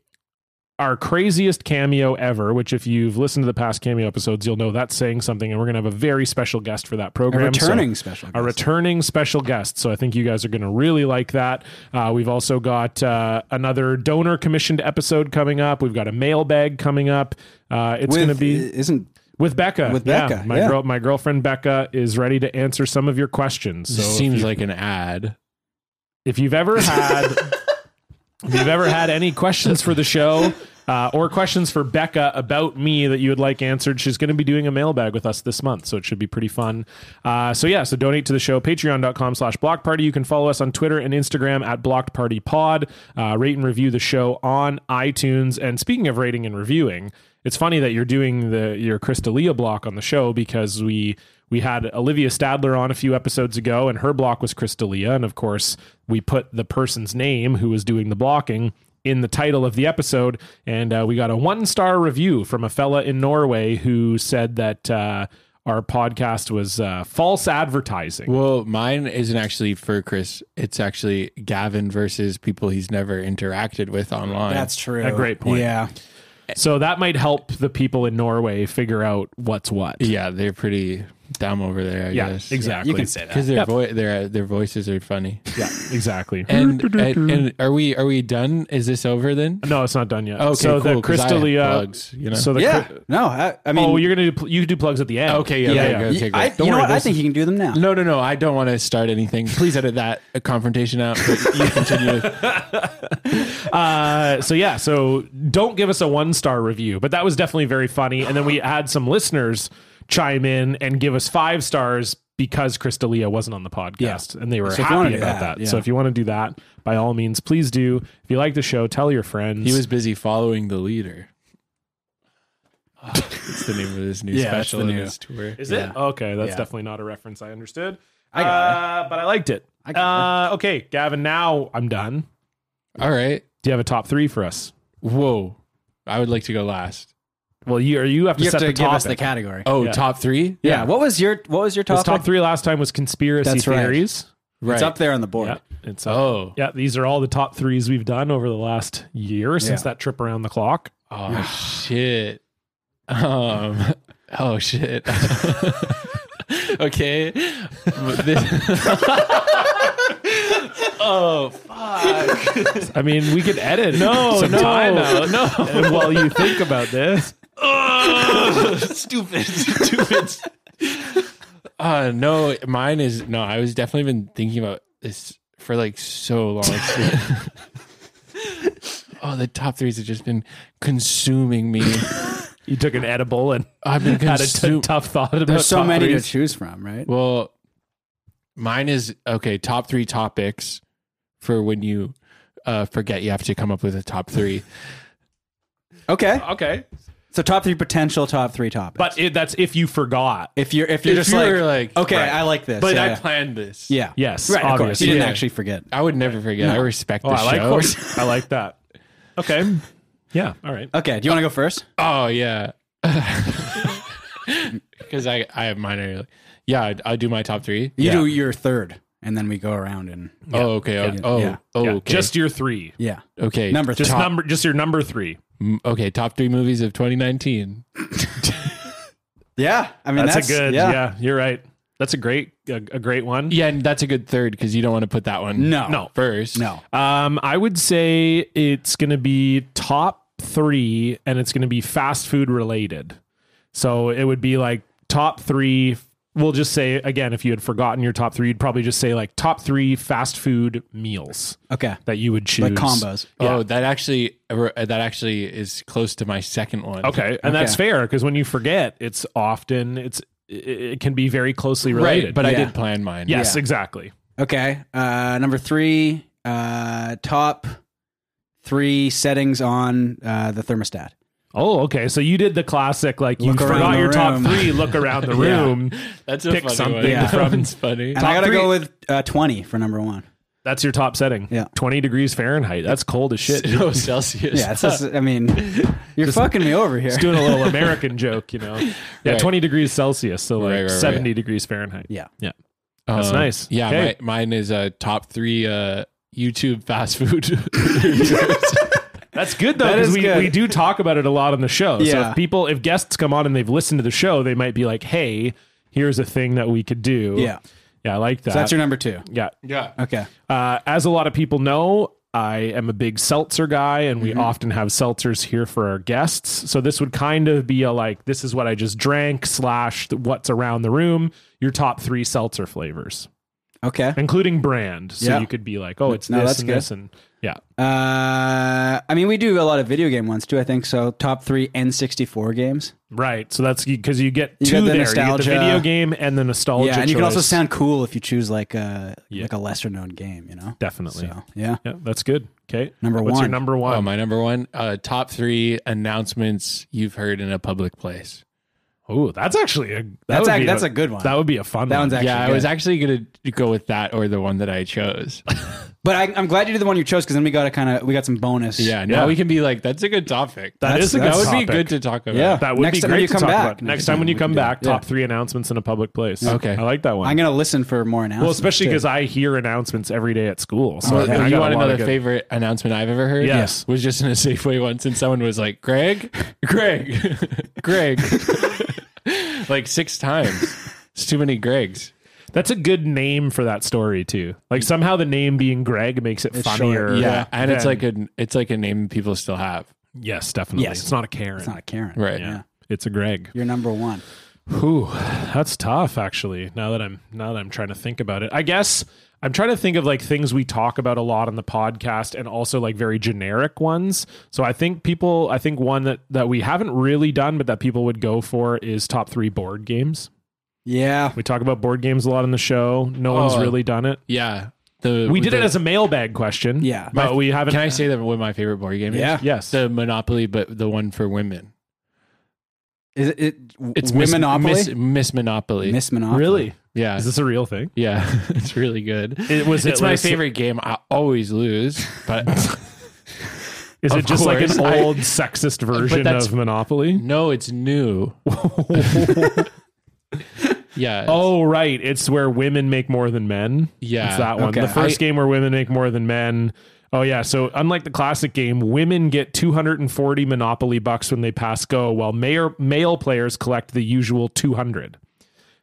our craziest cameo ever, which if you've listened to the past cameo episodes, you'll know that's saying something. And we're going to have a very special guest for that
A
program.
returning
So,
special.
a
guest.
returning special guest. So I think you guys are going to really like that. Uh, we've also got uh, another donor commissioned episode coming up. We've got a mailbag coming up. Uh, it's
With-
going to be
isn't
with Becca.
with Becca,
my,
yeah.
girl, my girlfriend Becca is ready to answer some of your questions. So
This
if
seems
you-
like an ad.
if you've ever had if you've ever had any questions for the show uh, or questions for Becca about me that you would like answered, she's going to be doing a mailbag with us this month, so it should be pretty fun. Uh, so yeah, so donate to the show, patreon.com slash block party. You can follow us on Twitter and Instagram at blocked party pod. Uh, rate and review the show on iTunes. And speaking of rating and reviewing, it's funny that you're doing the your Crystalia block on the show because we we had Olivia Stadler on a few episodes ago, and her block was Crystalia, and of course we put the person's name who was doing the blocking in the title of the episode, and uh, we got a one star review from a fella in Norway who said that uh, our podcast was uh, false advertising.
Well, mine isn't actually for Chris. It's actually Gavin versus people he's never interacted with online.
that's true?
A great point.
Yeah,
So that might help the people in Norway figure out what's what.
yeah, they're pretty dumb over there. I
Yeah,
guess
exactly.
you can say that.
Because their voi- their their voices are funny.
Yeah, exactly.
And, and and are we are we done? Is this over then?
no, it's not done yet.
Okay,
so the
cool, 'cause I have
Crystalia.
plugs, you know?
So the
Yeah.
Cry-
No, I, I mean,
oh, you're gonna do, pl- you do plugs at the end.
Okay, yeah, okay, good.
I, you
Don't
know
worry,
what? I
there's-
think you can do them now.
No, no, no. I don't want to start anything. Please edit that uh, confrontation out. But you continue. with-
Uh, so yeah, so don't give us a one star review, but that was definitely very funny. And then we had some listeners chime in and give us five stars because Crystalia wasn't on the podcast, and they were
So if you wanna
happy
do
about that.
that,
So
yeah.
if you want to do that, by all means, please do. If you like the show, tell your friends.
He was busy following the leader. It's the name of this new
Yeah, that's
special
the
and
new-
his tour.
Is
Yeah.
it okay? That's
Yeah.
definitely not a reference I understood.
I got
uh, but I liked it.
I got
uh, Okay, Gavin. Now I'm done.
All right.
Do you have a top three for us?
Whoa. I would like to go last.
Well, you or you have to
You have
set
to
the
give us the
topic.
category.
Oh,
Yeah.
top three?
yeah. What was your What was your
His
topic?
top three last time was conspiracy
That's right.
theories.
Right.
It's up there on the board.
Yeah, it's uh, up.
Oh.
Yeah, these are all the top threes we've done over the last year since
Yeah.
that trip around the clock.
Oh, shit. Um, oh, shit. okay. But this- oh, fuck.
I mean, we could edit no, some
no,
time out no. while you think about this.
stupid. Stupid. Uh, no, mine is, no, I was definitely been thinking about this for like so long. oh, the top threes have just been consuming me.
You took an edible and
I've been
had a t-
consuming.
tough thought about
There's so
top
many
threes.
to choose from, right?
well, mine is okay. Top three topics for when you uh, forget you have to come up with a top three.
Okay.
Okay,
So top three potential top three topics.
but it, that's if you forgot.
if you're if you're
If
just
you were
like,
like,
okay,
right.
I like this.
But
yeah,
I
yeah.
planned this.
yeah.
Yes,
Right, of course.
obviously.
You didn't
Yeah.
actually forget.
I would never forget. I respect the
Oh, I like
show.
I like that. Okay. Yeah. All right.
Okay, do you want to go first?
Oh yeah, because I I have mine. already. Yeah, I, I do my top three.
You
Yeah.
do your third, and then we go around and
Oh okay. Oh,
Yeah.
oh,
Yeah.
oh,
Yeah,
okay.
Just your three.
yeah,
okay.
number
Just
top.
number. Just your number three.
Mm, okay. Top three movies of 2019.
Yeah, I mean
That's,
that's,
a good. Yeah.
Yeah.
You're right. That's a great. A, a great one.
Yeah, and that's a good third because you don't want to put that one.
No.
No.
first.
No.
Um, I would say it's going to be top three, and it's going to be fast food related. So it would be like top three. We'll just say again, if you had forgotten your top three, you'd probably just say like top three fast food meals
Okay.
that you would choose.
Like combos.
Oh, that actually that actually is close to my second one.
Okay, and that's fair because when you forget, it's often it's it, it can be very closely related.
Right, but I
Yeah.
did plan mine.
yes,
yeah.
exactly.
Okay. Uh, number three, uh, top three settings on uh, the thermostat.
Oh, okay. So you did the classic like you
Look around
forgot
the
your top
room.
three, look around the
Yeah.
room.
that's a
Pick
funny
something
one. That
from-
one's funny.
And
Top
I gotta
three.
go with uh, twenty for number one.
That's your top setting.
Yeah.
Twenty degrees Fahrenheit. That's cold as shit.
Oh, Celsius.
Yeah, it's just, I mean, you're fucking me over here.
Just doing a little American joke, you know. Yeah,
Right.
twenty degrees Celsius, so like
Right, right, right.
seventy degrees Fahrenheit.
Yeah.
Yeah. That's nice.
Uh, Yeah,
Okay.
mi- mine is uh, top three uh, YouTube fast food.
That's good though,
That
because
is
we,
good.
we do talk about it a lot on the show. So
Yeah.
if people if guests come on and they've listened to the show, they might be like, Hey, here's a thing that we could do.
Yeah.
Yeah, I like that.
So that's your number two.
yeah.
yeah.
Okay.
Uh, as a lot of people know, I am a big seltzer guy, and
Mm-hmm.
we often have seltzers here for our guests. So this would kind of be a like, this is what I just drank slash th- what's around the room. Your top three seltzer flavors,
Okay.
including brand. So
Yeah.
you could be like, oh, it's
No,
this
that's
and
good.
this, and yeah,
Uh, I mean, we do a lot of video game ones too. I think so. Top three N64 games.
right. So that's because you get
You
two
get the
there,
nostalgia.
you get the video game and the nostalgia.
yeah, and you can also
choice.
sound cool if you choose like a
Yeah.
like a lesser known game. You know.
definitely.
So yeah,
Yeah, that's good. Okay,
Number
What's your
one.
number one?
Oh, my number one uh, top three announcements you've heard in a public place.
oh, that's actually a that
that's
would
ac-
be
that's a good one.
that would be a fun
That
one.
one's actually.
yeah, I
good.
was actually gonna go with that or the one that I chose.
But I, I'm glad you did the one you chose because then we got a kind of we got some bonus.
yeah, now
Yeah.
we can be like, that's a good topic.
that
That's-
is a good
that would
topic.
be good to talk about.
Yeah.
That would
Next
be
time
great
you
to
come
talk
back.
about. Next
Next
time
time
when you
we
come
can do it.
back, top three announcements in a public place.
Okay.
I like that one.
I'm gonna listen for more
well,
announcements.
especially
too.
because I hear announcements every day at school. So
Oh,
I
yeah.
got
you
a lot
want
of
another
good-
favorite announcement I've ever heard?
Yes.
Was just in a Safeway once and someone was like, Greg, Greg, Greg. like six times. It's too many Gregs.
That's a good name for that story too. Like somehow the name being Greg makes it funnier.
short.
Yeah. And it's
than-
like a it's like a name people still have.
yes, definitely.
Yes.
It's not a Karen.
it's not a Karen.
Right.
yeah.
Yeah.
It's a Greg.
You're number one.
Whew, that's tough actually. Now that I'm now that I'm trying to think about it. I guess I'm trying to think of like things we talk about a lot on the podcast and also like very generic ones. So I think people I think one that that we haven't really done but that people would go for is top 3 board games.
Yeah.
We talk about board games a lot on the show. No one's
Oh.
really done it.
Yeah. The
We did
the-
it as a mailbag question.
Yeah.
But we haven't
Can I say that one of my favorite board games?
Yeah.
Yes.
The Monopoly, but the one for women.
Is it, it it's
It's
Womenopoly?
Miss,
Miss,
Miss, Miss Monopoly.
Monopoly.
really?
yeah.
Is this a real thing?
yeah. it's really good.
It was
it's
it
my
was-
favorite game. I always lose, but
Is it
of
just like an
course. I-
old sexist version
that's-
of Monopoly?
No, it's new. yeah. it's-
Oh right, it's where women make more than men.
Yeah.
it's that one.
Okay.
The first
I-
game where women make more than men. Oh yeah, so unlike the classic game, women get 240 Monopoly bucks when they pass go, while mayor, male players collect the usual 200.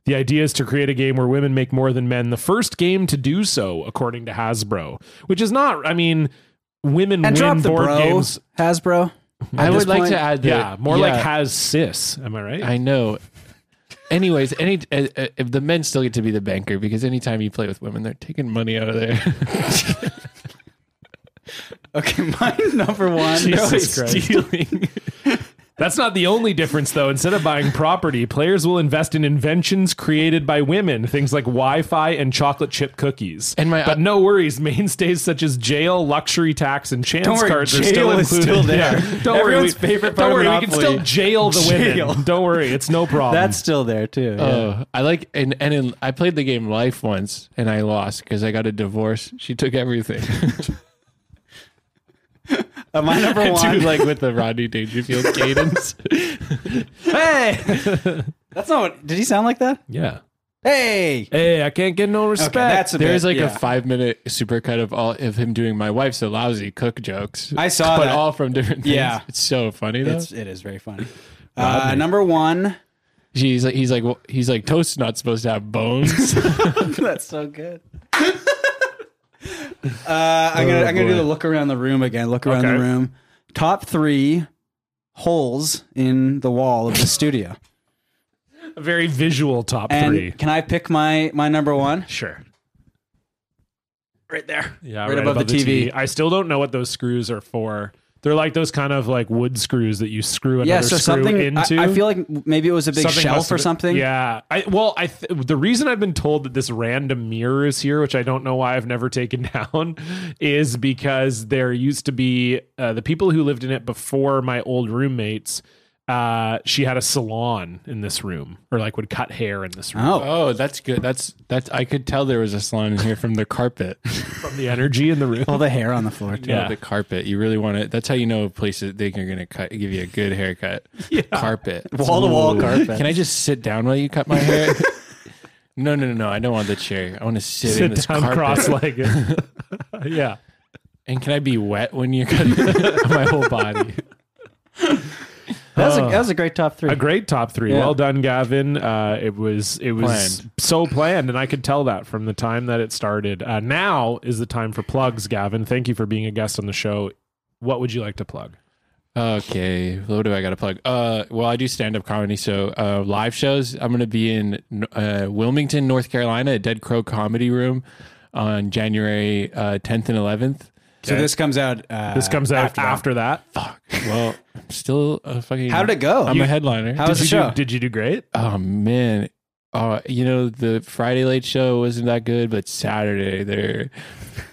The idea is to create a game where women make more than men. The first game to do so, according to Hasbro, which is not. I mean, women win
And drop the
board
bro,
games.
Hasbro.
I
At
would
this
like
point-
to add that.
Yeah, more like
yeah,
has cis. Am I right?
I know. Anyways, any uh, uh, if the men still get to be the banker because anytime you play with women, they're taking money out of there.
Okay, my number one.
Jesus Christ.
Stealing.
That's not the only difference, though. Instead of buying property, players will invest in inventions created by women, things like Wi-Fi and chocolate chip cookies.
And my-
uh,
but no worries, mainstays such as jail, luxury tax, and chance
Don't worry,
cards are
jail
still
is
included.
still there.
Don't
Everyone's
worry, we,
favorite part
Don't
of
worry, we can
Monopoly.
still jail the women.
Jail.
Don't worry, it's no problem.
That's still there too.
Oh, I like and and in, I played the game Life once and I lost because I got a divorce. She took everything.
Uh, my number
Dude,
one.
like with the Rodney Dangerfield cadence.
hey, that's not what. Did he sound like that?
yeah.
Hey,
Hey, I can't get no respect.
that's a
There's
bit,
like a
yeah.
five minute supercut of all of him doing my wife's a lousy cook jokes.
I saw
but
that.
all from different things.
Yeah.
It's so funny though.
It's it is very funny. Uh, number one.
He's like he's like well, he's like toast's not supposed to have bones.
That's so good. uh, I'm gonna I'm gonna do the look around the room again. Look around
Okay.
the room. Top three holes in the wall of the studio.
a very visual top
And
three.
can I pick my my number one?
Sure.
Right there.
Yeah,
Right above the TV.
I still don't know what those screws are for. They're like those kind of like wood screws that you screw another
Yeah,
screw
so something
into.
I, I feel like maybe it was a big
Something must
shelf
have
or
been-
something.
Yeah. I well, I th- the reason I've been told that this random mirror is here, which I don't know why I've never taken down, is because there used to be uh, the people who lived in it before my old roommates. Uh, she had a salon in this room, or like would cut hair in this room
Oh,
oh, that's good. That's that's I could tell there was a salon in here from the carpet.
from the energy in the room.
all the hair on the floor too.
Yeah.
the carpet. You really want to that's how you know places they are gonna cut give you a good haircut. Carpet.
Wall to wall carpet.
Can I just sit down while you cut my hair? no, no, no, no. I don't want the chair. I want to sit, in
Sit
this
down,
carpet.
cross-legged. yeah.
And can I be wet when you're cutting my whole body?
That was, a, that was a great top three.
A great top three.
Yeah.
Well done, Gavin. Uh, it was it was
Planned.
so planned, and I could tell that from the time that it started. Uh, now is the time for plugs, Gavin. Thank you for being a guest on the show. What would you like to plug?
Okay, what do I got to plug? Uh, well, I do stand up comedy, so uh, live shows. I'm going to be in uh, Wilmington, North Carolina, at Dead Crow Comedy Room on January uh, 10th and 11th.
So this comes out. Uh,
This comes out after,
that.
that.
Fuck. Well, I'm still a fucking.
How did it go?
I'm
You-
a headliner.
How was the
did you
show?
do, did you do great?
oh man, uh, you know the Friday late show wasn't that good, but Saturday there,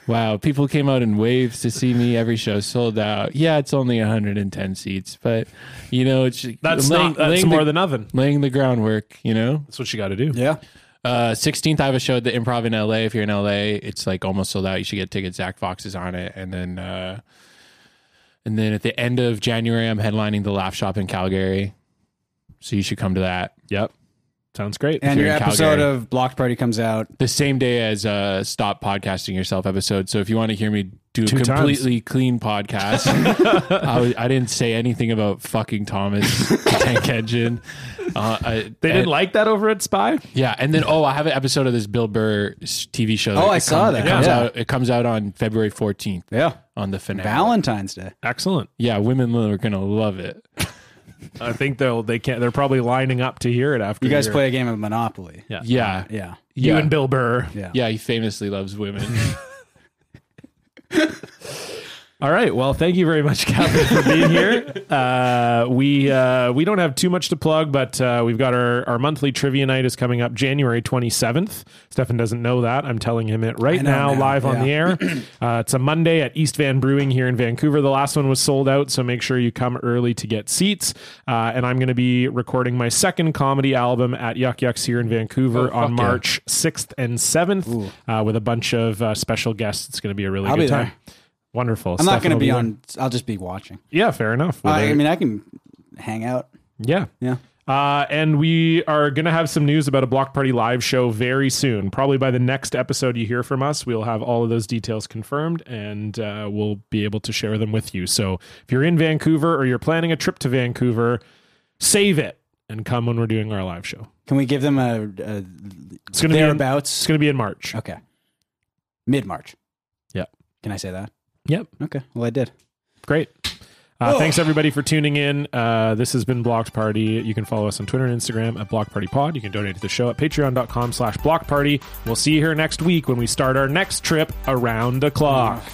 wow, people came out in waves to see me. Every show sold out. Yeah, it's only 110 seats, but you know it's
That's not that's
the-
more than oven.
laying the groundwork, you know?
That's what you got to do.
yeah.
Uh, 16th, I have a show at the improv in LA. If you're in LA, it's like almost sold out. You should get tickets. Zach Fox is on it. And then, uh, and then at the end of January, I'm headlining the Laugh Shop in Calgary. So you should come to that.
Yep, sounds great.
And
you're
your
in
episode
Calgary.
of Blocked Party comes out.
The same day as uh, Stop Podcasting Yourself episode. So if you want to hear me do a
Two times.
completely clean podcast, I, was- I didn't say anything about fucking Thomas Tank Engine. Uh, I,
they didn't like that over at Spy.
Yeah, and then oh, I have an episode of this Bill Burr s- TV show.
Oh,
It
I saw
comes-
that.
It comes
Yeah.
out. It comes out on February fourteenth
Yeah.
on the finale.
Valentine's Day.
Excellent.
Yeah, women are gonna love it.
I think they'll they can't. They're probably lining up to hear it after
You guys
your-
play a game of Monopoly.
Yeah.
Yeah,
Yeah.
You
yeah.
and Bill Burr.
Yeah.
Yeah, he famously loves women.
All right. Well, thank you very much, Calvin, for being here. Uh, we uh, we don't have too much to plug, but uh, we've got our, our monthly trivia night is coming up January 27th. Stefan doesn't know that. I'm telling him it right
I know
now,
now,
live on
yeah.
the air. Uh, it's a Monday at East Van Brewing here in Vancouver. The last one was sold out, so make sure you come early to get seats. Uh, and I'm going to be recording my second comedy album at Yuck Yucks here in Vancouver
Oh,
on
fuck yeah.
March 6th and 7th uh, with a bunch of uh, special guests. It's going to be a really
I'll
good
be there.
time. Wonderful.
I'm
Stefan
not going to
will
be
there.
on. I'll just be watching.
Yeah, fair enough. Well,
I
there-
mean, I can hang out.
yeah.
Yeah.
Uh, and we are going to have some news about a Block Party live show very soon. Probably by the next episode you hear from us, we'll have all of those details confirmed and uh, we'll be able to share them with you. So if you're in Vancouver or you're planning a trip to Vancouver, save it and come when we're doing our live show.
Can we give them a, a
It's going to be in, it's
thereabouts?
going to be in March.
okay. Mid March.
Yeah.
Can I say that?
Yep.
Okay. Well, I did.
Great. Uh, thanks everybody for tuning in. Uh, this has been Blocked Party. You can follow us on Twitter and Instagram at Block Party Pod. You can donate to the show at patreon.com slash block party. We'll see you here next week when we start our next trip around the clock.